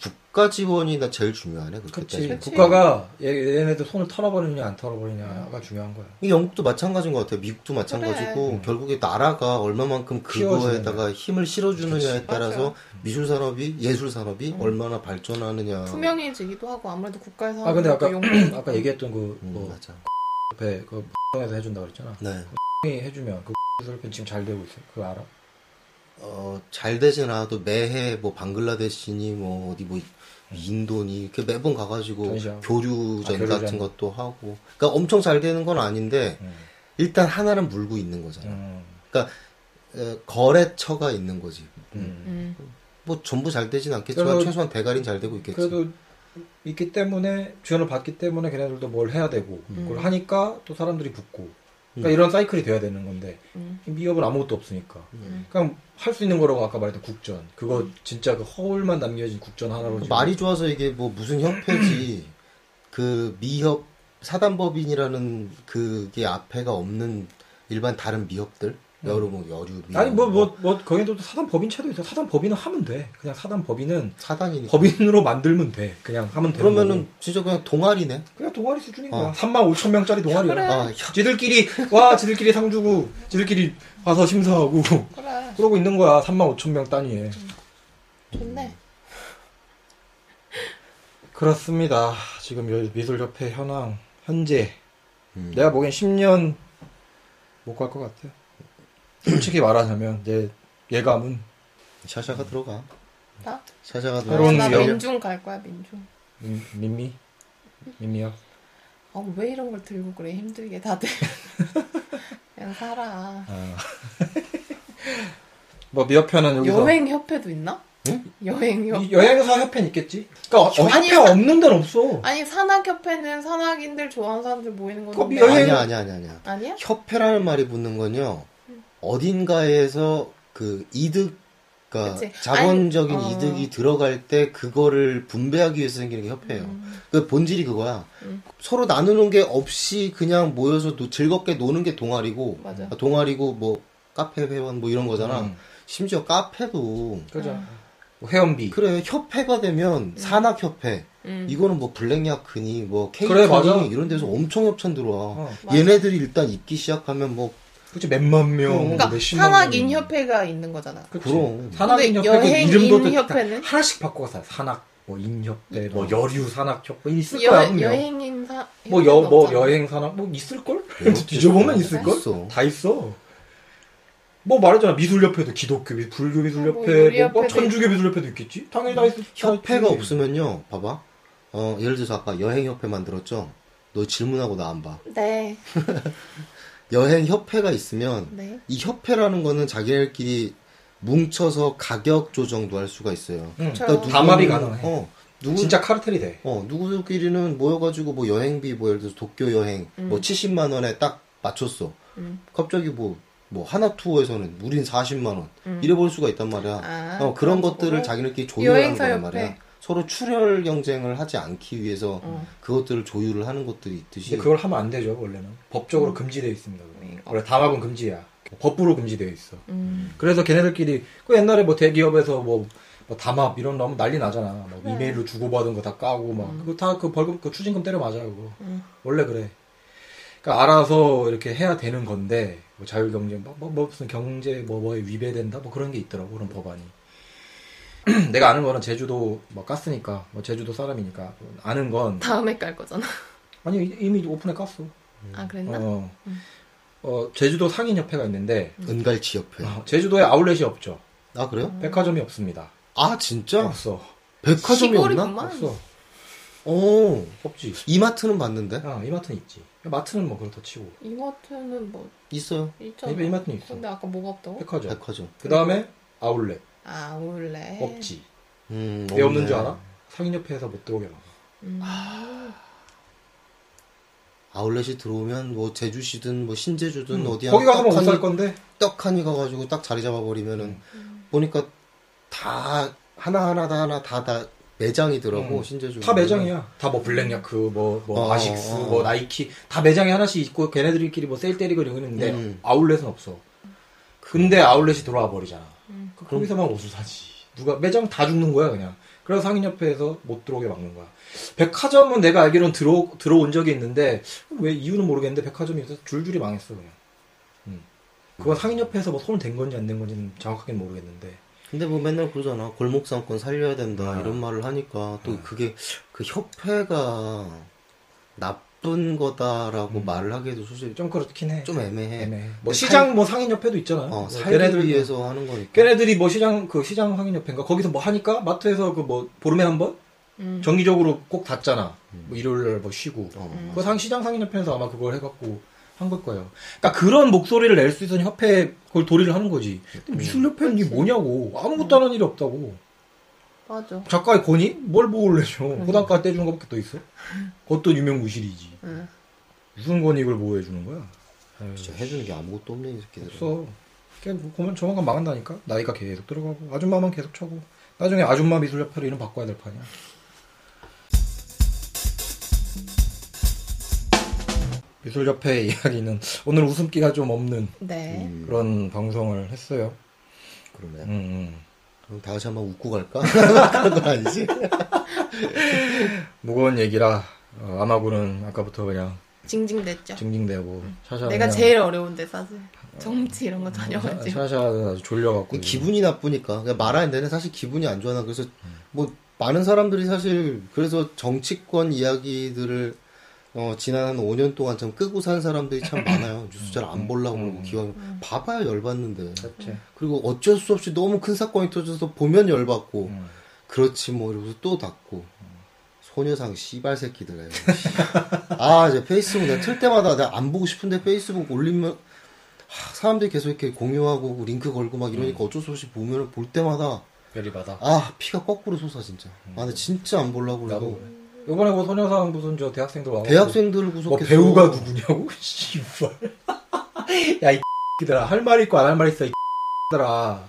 S2: 국가 지원이나 제일 중요하네 그때
S3: 그치.
S2: 따지면.
S1: 그치.
S3: 국가가 얘, 얘네들 손을 털어버리느냐 안 털어버리냐가 중요한 거야.
S2: 이 영국도 마찬가지인 것 같아요. 미국도 마찬가지고
S3: 음.
S2: 결국에 나라가 얼마만큼 그거에다가 힘을 실어주느냐에
S3: 그치. 음.
S2: 따라서 미술 산업이 예술 산업이 얼마나 발전하느냐.
S1: 투명해지기도 하고 아무래도 국가에서
S3: 아 근데
S1: 하는
S3: 아까
S1: 것도 용도-
S3: 아까 얘기했던 그
S2: 음,
S3: 뭐
S2: 맞아.
S3: 옆에 그 에서 해준다 그랬잖아.
S2: 네.
S3: 형이 해주면 그 설편 지금 잘 되고 있어. 그거 알아?
S2: 어잘 되진 않아도 매해 뭐 방글라데시니 뭐 어디 뭐 인도니 이렇게 매번 가가지고
S3: 전시하고.
S2: 교류전
S3: 아, 교류전.
S2: 같은 것도 하고. 그러니까 엄청 잘 되는 건 아닌데
S3: 음.
S2: 일단 하나는 물고 있는 거잖아.
S3: 음.
S2: 에, 거래처가 있는 거지.
S3: 음.
S1: 음.
S2: 뭐 전부 잘 되진 않겠지만
S3: 그래도-
S2: 최소한 대가리는 잘 되고 있겠지.
S3: 그래도 있기 때문에 지원을 받기 때문에 걔네들도 뭘 해야 되고 그걸 하니까 또 사람들이 붙고 그러니까
S2: 음.
S3: 이런 사이클이 돼야 되는 건데
S1: 음.
S3: 미업은 아무것도 없으니까
S2: 음.
S3: 그냥 할 수 있는 거라고 아까 말했던 국전 그거 진짜 그 허울만 남겨진 국전 하나로 지금
S2: 어, 말이 좋아서 이게 뭐 무슨 협회지 그 미협 사단법인이라는 그게 앞에가 없는 일반 다른 미협들 여러 뭐 여류 미협
S3: 아니 뭐 뭐 뭐 거기도 사단 법인체도 있어 사단 법인은 하면 돼 그냥 사단 법인은
S2: 사단이니까
S3: 법인으로 만들면 돼 그냥 하면 되는
S2: 그러면은
S3: 거고.
S2: 진짜 그냥 동아리네
S3: 그냥 동아리 수준인 거야
S2: 어.
S3: 3만 5천 명짜리 동아리야
S1: 그래.
S2: 아 혀-
S3: 지들끼리 와 지들끼리 상 주고 지들끼리 와서 심사하고
S1: 그래.
S3: 그러고 있는 거야 3만 5천 명 단위에
S1: 좋네.
S3: 그렇습니다. 지금 여- 미술협회 현황 현재
S2: 음.
S3: 내가 보기엔 10년 못 갈 것 같아. 솔직히 말하자면 내 예감은
S2: 샤샤가 들어가
S1: 나?
S2: 샤샤가
S3: 새로운
S1: 나
S2: 들어가
S3: 명-
S1: 민중 갈 거야 민중.
S3: 민- 민미 민미야.
S1: 아 왜 이런 걸 들고 그래 힘들게 다들. 그냥 살아.
S3: 아. 뭐 미협회는 여기서
S1: 여행 협회도 있나? 여행 협.
S3: 이- 여행사 협회는 있겠지. 그러니까 어, 어,
S1: 아니,
S3: 협회 없는 데는 없어.
S1: 아니 산악 협회는 산악인들 좋아하는 사람들 모이는
S3: 그거
S1: 건데.
S3: 여행-
S2: 아니야 아니야 아니야 아니야
S1: 아니야?
S2: 협회라는 말이 붙는 건요 어딘가에서 그 이득 그러니까
S1: 그치.
S2: 자본적인
S1: 아니, 어.
S2: 이득이 들어갈 때 그거를 분배하기 위해서 생기는 게 협회예요.
S1: 음.
S2: 그 본질이 그거야.
S1: 음.
S2: 서로 나누는 게 없이 그냥 모여서 노- 즐겁게 노는 게 동아리고,
S1: 맞아.
S2: 아, 동아리고 뭐 카페 회원 뭐 이런 거잖아.
S3: 음,
S2: 심지어 카페도
S3: 그죠.
S1: 음.
S3: 뭐 회원비.
S2: 그래 협회가 되면 산악 협회
S1: 음.
S2: 이거는 뭐 블랙야크니 뭐 케이크니
S3: 그래, 맞아.
S2: 이런 데서 엄청 협찬 들어와.
S3: 어.
S1: 맞아.
S2: 얘네들이 일단 있기 시작하면 뭐
S3: 그치 몇만 명, 뭐
S2: 음.
S1: 그러니까
S3: 몇십만
S1: 산악인
S3: 명.
S1: 협회가 있는 거잖아.
S3: 그치.
S2: 그럼.
S3: 산악인
S1: 근데
S3: 협회 그
S1: 여행
S3: 이름도
S1: 인
S3: 또 약간
S1: 협회는? 어.
S3: 하나씩 바꿔서 사. 산악 뭐 인협회 뭐 여류 산악 협회 뭐 있을 거야
S1: 여,
S3: 분명.
S1: 여행인 사.
S3: 뭐 여 뭐
S1: 협회는
S3: 여행 산악 뭐 있을 걸?
S2: 외롭지.
S3: 뒤져보면 있을 걸?
S2: 있어.
S3: 다 있어. 뭐 말했잖아 미술 협회도 기독교 미 불교 미술
S1: 뭐 요리
S3: 협회
S1: 협회도
S3: 뭐,
S1: 음.
S3: 천주교 미술 협회도 있겠지. 당연히 다 있을.
S2: 협회가 없으면요, 봐봐. 어 예를 들어서 아까 여행 협회 만들었죠. 너 질문하고 나 안 봐.
S1: 없잖아. 네.
S2: 여행 협회가 있으면
S1: 네.
S2: 이 협회라는 거는 자기네끼리 뭉쳐서 가격 조정도 할 수가 있어요. 그러니까
S3: 응.
S1: 저-
S2: 누구는-
S3: 담합이 가능해.
S2: 어, 누구
S3: 진짜 카르텔이 돼.
S2: 어 누구들끼리는 모여가지고 뭐 여행비 뭐 예를 들어서 도쿄 여행 뭐 70만 원에 딱 맞췄어.
S1: 음.
S2: 갑자기 뭐 뭐 하나 투어에서는 우린 40만 원
S1: 음.
S2: 잃어버릴 수가 있단 말이야.
S1: 아,
S2: 어, 그런
S1: 그런
S2: 것들을
S1: 거를?
S2: 자기네끼리 조율하는
S1: 여행사
S2: 거란
S1: 협회.
S2: 말이야. 서로 출혈 경쟁을 하지 않기 위해서
S1: 어.
S2: 그것들을 조율을 하는 것들이 있듯이
S3: 근데 네, 그걸 하면 안 되죠 원래는. 법적으로 금지되어 있습니다.
S1: 음.
S3: 원래 담합은 금지야. 법으로 금지되어 있어.
S1: 음.
S3: 그래서 걔네들끼리 그 옛날에 뭐 대기업에서 뭐, 뭐 담합 이런 거 하면 난리 나잖아. 막
S1: 네.
S3: 이메일로 주고받은 거 다 까고 막
S1: 음.
S3: 그거 다 그 벌금 그 추징금 때려 맞아 그거.
S1: 음.
S3: 원래 그래. 그러니까 알아서 이렇게 해야 되는 건데 뭐 자율 경쟁 뭐, 뭐, 뭐 무슨 경제 뭐 뭐에 위배된다 뭐 그런 게 있더라고 그런 법안이. 내가 아는 거는 제주도 뭐 깠으니까 뭐 제주도 사람이니까 아는 건
S1: 다음에 깔 거잖아.
S3: 아니 이미 오픈에 깠어.
S1: 아 그랬나?
S3: 어,
S1: 음.
S3: 어 제주도 상인 협회가 있는데
S2: 은갈치 협회.
S3: 어, 제주도에 아울렛이 없죠.
S2: 아 그래요?
S3: 백화점이 없습니다.
S2: 아 진짜?
S3: 없어.
S2: 백화점이 없나?
S1: 시골이구만. 뭐-
S3: 없어.
S2: 어
S3: 없지.
S2: 이마트는 봤는데
S3: 아, 이마트는 있지. 마트는 뭐 그렇다 치고
S1: 이마트는 뭐
S2: 있어요.
S1: 있잖아.
S3: 입에 이마트는 있어.
S1: 근데 아까 뭐가 없다고?
S3: 백화점. 네.
S2: 백화점.
S3: 그 다음에 아울렛
S1: 아 원래
S3: 없지.
S2: 음,
S3: 왜 없는 줄 알아? 상인협회에서 못 들어오게 막아.
S1: 음.
S2: 아울렛이 들어오면 뭐 제주시든 뭐 신제주든
S3: 음,
S2: 어디
S3: 거기 가서
S2: 떡하니-
S3: 못살 건데
S2: 떡하니 가가지고 딱 자리 잡아버리면은
S1: 음.
S2: 보니까 다 하나하나 다 하나 다 다 매장이더라고
S3: 음.
S2: 신제주.
S3: 다 매장이야. 다 뭐 블랙야크, 뭐, 뭐
S2: 어,
S3: 아식스,
S2: 어.
S3: 뭐 나이키 다 매장에 하나씩 있고 걔네들끼리 뭐 세일 때리고 이런 거 있는데
S2: 음.
S3: 아울렛은 없어. 근데 아울렛이 돌아와 버리잖아.
S1: 음.
S3: 그 거기서만 옷을 사지. 누가 매장 다 죽는 거야 그냥. 그래서 상인협회에서 못 들어오게 막는 거야. 백화점은 내가 알기로는 들어 들어온 적이 있는데 왜 이유는 모르겠는데 백화점이 있어서 줄줄이 망했어 그냥. 음. 그건 상인협회에서 뭐 손을 댄 건지 안 된 건지는 정확하게 는 모르겠는데.
S2: 근데 뭐 맨날 그러잖아. 골목 상권 살려야 된다
S3: 아.
S2: 이런 말을 하니까 또 그게 그 협회가 나쁜 거다라고
S3: 음.
S2: 말을 하기에도 사실
S3: 좀 그렇긴 해.
S2: 좀 애매해.
S3: 애매해.
S2: 살-
S3: 뭐 시장 뭐 상인협회도 있잖아.
S2: 어,
S3: 뭐
S2: 살기를
S3: 걔네들
S2: 위해서 하는 거니까.
S3: 걔네들이 뭐 시장 그 시장 상인 협회인가 거기서 뭐 하니까 마트에서 그 뭐 보름에 한 번
S1: 음.
S3: 정기적으로 꼭 닫잖아.
S2: 음.
S3: 뭐 일요일 날뭐 쉬고.
S2: 어.
S1: 음.
S3: 그 상 시장 상인 협회에서 아마 그걸 해갖고 한 걸 거예요. 그러니까 그런 목소리를 낼 수 있는 협회 그걸 도리를 하는 거지. 근데 미술 협회는 이게 뭐냐고 아무것도 하는 일이 없다고.
S1: 맞아.
S3: 작가의 권위 뭘 보호를 해줘. 호단가 떼주는 것밖에 더 있어? 그것도 유명 무실이지.
S1: 음.
S3: 무슨 권위 이걸 보호해 주는 거야? 에휴.
S2: 진짜 해주는 게 아무것도 없네 이 새끼들.
S3: 없어. 걔 보면 조만간 망한다니까. 나이가 계속 들어가고 아줌마만 계속 쳐고 나중에 아줌마 미술협회로 이름 바꿔야 될 판이야. 미술협회 이야기는 오늘 웃음기가 좀 없는
S1: 네.
S2: 음.
S3: 그런 방송을 했어요.
S2: 그러네.
S3: 음, 음.
S2: 그럼 다 같이 한번 웃고 갈까? 그런 건 아니지?
S3: 무거운 얘기라 어, 아마구는 아까부터 그냥
S1: 징징댔죠.
S3: 징징대고 샤샤
S1: 내가
S2: 아,
S3: 그냥
S1: 제일 어려운데 사실. 정치 이런 거 전혀
S3: 샤-
S1: 가지.
S3: 샤샤는 아주 졸려갖고 음.
S2: 그 기분이 나쁘니까. 그러니까 말하는 데는 사실 기분이 안 좋아. 나 그래서 뭐 많은 사람들이 사실 그래서 정치권 이야기들을 어, 지난 한 5년 동안 참 끄고 산 사람들이 참 많아요. 뉴스 잘 안 보려고 그러고 기왕 봐봐야 열받는데.
S3: 그렇지.
S2: 그리고 어쩔 수 없이 너무 큰 사건이 터져서 보면 열받고
S3: 음.
S2: 그렇지 뭐 이러고서 또 닫고 소녀상 씨발 새끼들 아 이제 페이스북 내가 틀 때마다 내가 안 보고 싶은데 페이스북 올리면 하, 사람들이 계속 이렇게 공유하고 그 링크 걸고 막
S3: 음.
S2: 이러니까 어쩔 수 없이 보면 볼 때마다
S3: 별이바다.
S2: 아 피가 거꾸로 솟아 진짜
S3: 음.
S2: 아 근데 진짜 안 보려고
S3: 나도
S2: 그러고
S3: 그래. 이번에 뭐 소녀상 무슨 저 대학생들 와갖고
S2: 대학생들을
S3: 뭐
S2: 구속해서
S3: 배우가 누구냐고? 씨발. 야, 이 X들아. 할 말 있고 안 할 말 있어, 이 X들아.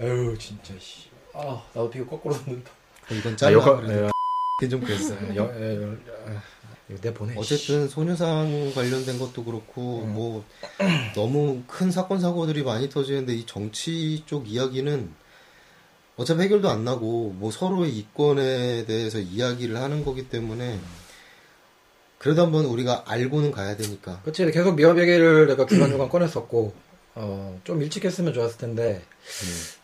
S3: 에휴, 진짜, 씨. 아, 나도 피부 거꾸로 돋는다.
S2: 어, 이건
S3: 아,
S2: 잘라
S3: 여가,
S2: 그래도.
S3: 네,
S2: 그게 좀 그랬어요
S3: 여, 예, 여, 아, 이거 내보내.
S2: 어쨌든 소녀상 관련된 것도 그렇고
S3: 음.
S2: 뭐 너무 큰 사건 사고들이 많이 터지는데 이 정치 쪽 이야기는 어차피 해결도 안 나고 뭐 서로의 이권에 대해서 이야기를 하는 거기 때문에
S3: 음.
S2: 그래도 한번 우리가 알고는 가야 되니까
S3: 그치, 계속 미협 얘기를 내가 중간중간 꺼냈었고, 어, 좀 일찍 했으면 좋았을 텐데,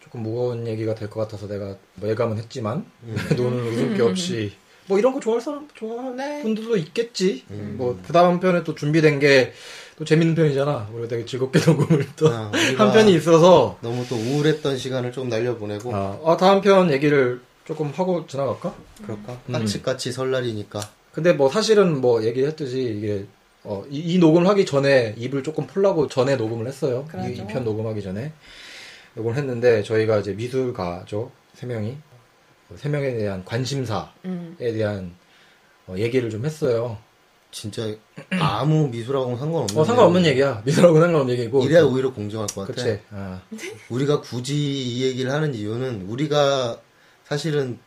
S3: 조금 무거운 얘기가 될 것 같아서 내가 뭐 예감은 했지만,
S2: 음.
S3: 노는 웃을 게 없이, 뭐 이런 거 좋아할 사람, 좋아하는
S1: 네.
S3: 분들도 있겠지.
S2: 음.
S3: 뭐, 그 다음 편에 또 준비된 게 또 재밌는 편이잖아. 우리가 되게 즐겁게 녹음을 또 한
S2: 아, 우리가
S3: 편이 있어서.
S2: 너무 또 우울했던 시간을 좀 날려보내고
S3: 아, 아, 다음 편 얘기를 조금 하고 지나갈까?
S2: 그럴까
S3: 음.
S2: 까치까치 설날이니까
S3: 근데 뭐 사실은 뭐 얘기했듯이 이게 어, 이, 이 녹음을 하기 전에 입을 조금 풀라고 전에 녹음을 했어요.
S1: 그러죠.
S3: 이 편 녹음하기 전에 녹음을 했는데 저희가 이제 미술가죠 세 명이 세 명에 대한 관심사에
S1: 음.
S3: 대한 어, 얘기를 좀 했어요.
S2: 진짜 아무 미술하고는 상관없는
S3: 어, 상관없는 얘기야. 미술하고 상관없는
S2: 음,
S3: 얘기고.
S2: 네. 이래야 오히려 공정할 것 같아
S3: 그치. 아,
S2: 우리가 굳이 이 얘기를 하는 이유는 우리가 사실은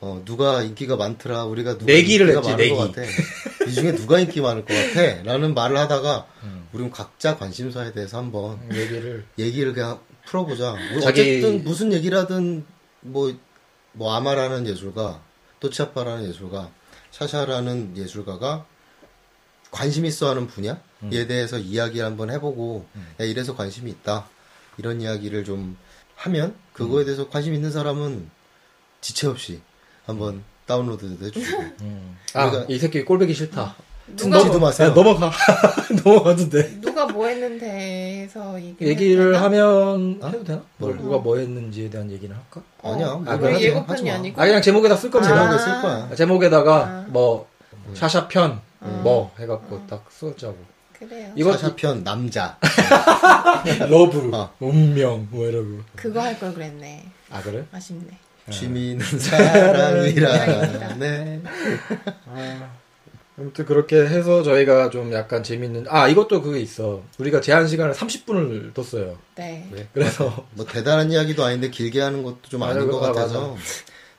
S2: 어, 누가 인기가 많더라 우리가 누가
S3: 내기를
S2: 인기가
S3: 했지,
S2: 많을 것
S3: 내기.
S2: 같아 이 중에 누가 인기 많을 것 같아 라는 말을 하다가
S3: 음.
S2: 우리는 각자 관심사에 대해서 한번
S3: 아, 얘기를
S2: 얘기를 그냥 풀어보자 우리
S3: 자기-
S2: 어쨌든 무슨 얘기를 하든 뭐, 뭐 아마라는 예술가 또치아파라는 예술가 샤샤라는 예술가가 관심 있어 하는 분야에
S3: 음.
S2: 대해서 이야기를 한번 해보고 야, 이래서 관심이 있다 이런 이야기를 좀 하면
S3: 음.
S2: 그거에 대해서 관심 있는 사람은 지체 없이
S3: 음.
S2: 한번 다운로드도 해주시고
S3: 아,
S2: 우리가-
S3: 이 새끼 꼴보기 싫다.
S1: 누가 뭐-
S2: 지도 마세요.
S3: 야, 넘어가. 넘어가도 돼.
S1: 누가 뭐 했는 데에서 얘기를
S3: 얘기를
S1: 했나?
S3: 하면
S2: 어?
S3: 해도 되나?
S2: 뭘?
S3: 누가 뭐 했는지에 대한 얘기를 할까?
S2: 아니야
S1: 어,
S2: 뭐
S3: 아,
S2: 그냥 하지 마,
S1: 예고편이
S2: 하지 마.
S1: 아니고?
S3: 아 그냥 제목에다 쓸
S2: 그럼
S3: 겁니다.
S2: 제목에 쓸 거야
S3: 제목에다가 뭐 샤샤 편 뭐 해갖고 딱 쓰자고
S1: 그래요.
S3: 이거
S2: 사샤편 남자.
S3: 러브
S2: 어.
S3: 운명 뭐 이러고
S1: 그거 할 걸 그랬네.
S3: 아 그래?
S1: 아쉽네.
S3: 음.
S2: 취미는 사랑이라. 네.
S3: 아무튼 그렇게 해서 저희가 좀 약간 재밌는 아 이것도 그게 있어 우리가 제한 시간을 30분을 뒀어요
S1: 네.
S3: 그래서
S2: 뭐 대단한 이야기도 아닌데 길게 하는 것도 좀 아닌
S3: 맞아,
S2: 것
S3: 맞아,
S2: 같아서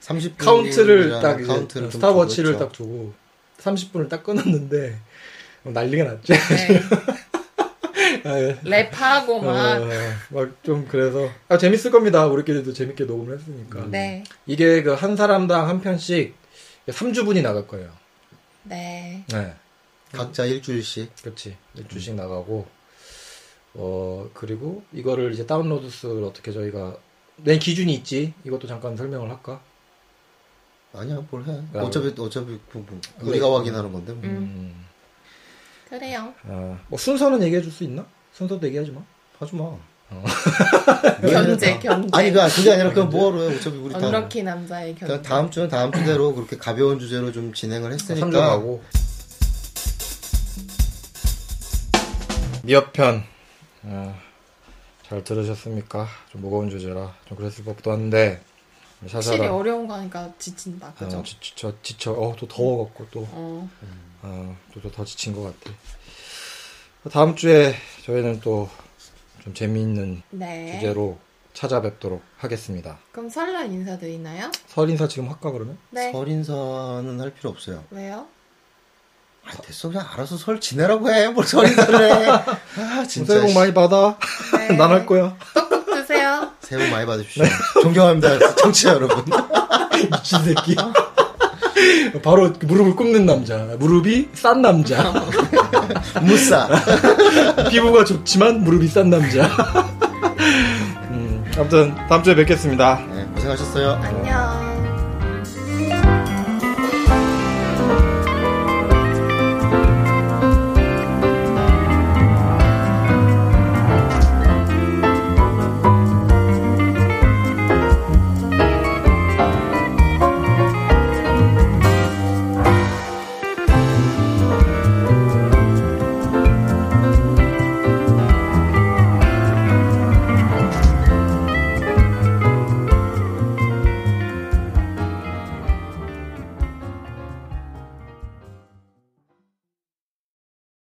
S2: 30분
S3: 음, 카운트를 딱 이제
S2: 좀
S3: 스탑워치를
S2: 두고
S3: 딱 두고 30분을 딱 끊었는데 어, 난리가 났지 아,
S1: 네.
S2: 어.
S1: 랩하고 막.
S3: 어, 막좀 그래서 아, 재밌을 겁니다. 우리끼리도 재밌게 녹음을 했으니까.
S1: 네.
S3: 이게 그 한 사람당 한 편씩 3주분이 나갈 거예요.
S1: 네.
S3: 네.
S2: 그렇죠. 각자 일주일씩.
S3: 그렇지. 주씩 나가고 어 그리고 이거를 이제 다운로드 수를 어떻게 저희가 내 기준이 있지. 이것도 잠깐 설명을 할까?
S2: 아니야, 뭘 해.
S3: 아,
S2: 어차피, 어차피, 뭐, 뭐, 우리가
S3: 그래.
S2: 확인하는 건데, 뭐.
S1: 음.
S3: 음.
S1: 그래요.
S3: 아, 뭐 순서는 얘기해 줄 수 있나? 순서도 얘기하지 마.
S2: 하지 마.
S1: 견제, 견제.
S2: 아니, 그니까, 그게 아니라, 그냥 뭐하러 해. 어차피 우리 다.
S1: 언럭키 남자의 견제.
S2: 그러니까 다음 주는 다음 주대로 그렇게 가벼운 주제로 좀 진행을
S1: 그러니까.
S3: 삼주
S2: 했으니까.
S3: 가고 미어편 아, 잘 들으셨습니까? 좀 무거운 주제라 좀 그랬을 법도 한데
S1: 확실히
S3: 샤샤라
S1: 어려운 거니까
S2: 아,
S1: 지친다. 그죠?
S3: 어, 지, 지쳐 지쳐 어또 더워갖고 또또더 아,
S1: 어.
S3: 지친 것 같아. 다음 주에 저희는 또 좀 재미있는
S1: 네.
S3: 주제로 찾아뵙도록 하겠습니다.
S1: 그럼 설날 인사드리나요?
S3: 설 인사 지금 할까 그러면?
S1: 네.
S2: 설 인사는 할 필요 없어요.
S1: 왜요?
S2: 아, 됐어. 그냥 알아서 설 지내라고 해. 뭘설 인사를 해. 아, 진짜.
S3: 새해 복 많이 받아.
S1: 네.
S3: 난 할 거야.
S1: 떡국 드세요.
S2: 새해 복 많이
S3: 네.
S2: 받으십시오. 존경합니다. 청취자 여러분.
S3: 미친 새끼. 바로 무릎을 꿇는 남자. 무릎이 싼 남자.
S2: 무싸.
S3: 피부가 좋지만 무릎이 싼 남자. 음, 아무튼 다음 주에 뵙겠습니다.
S2: 네, 고생하셨어요.
S1: 안녕.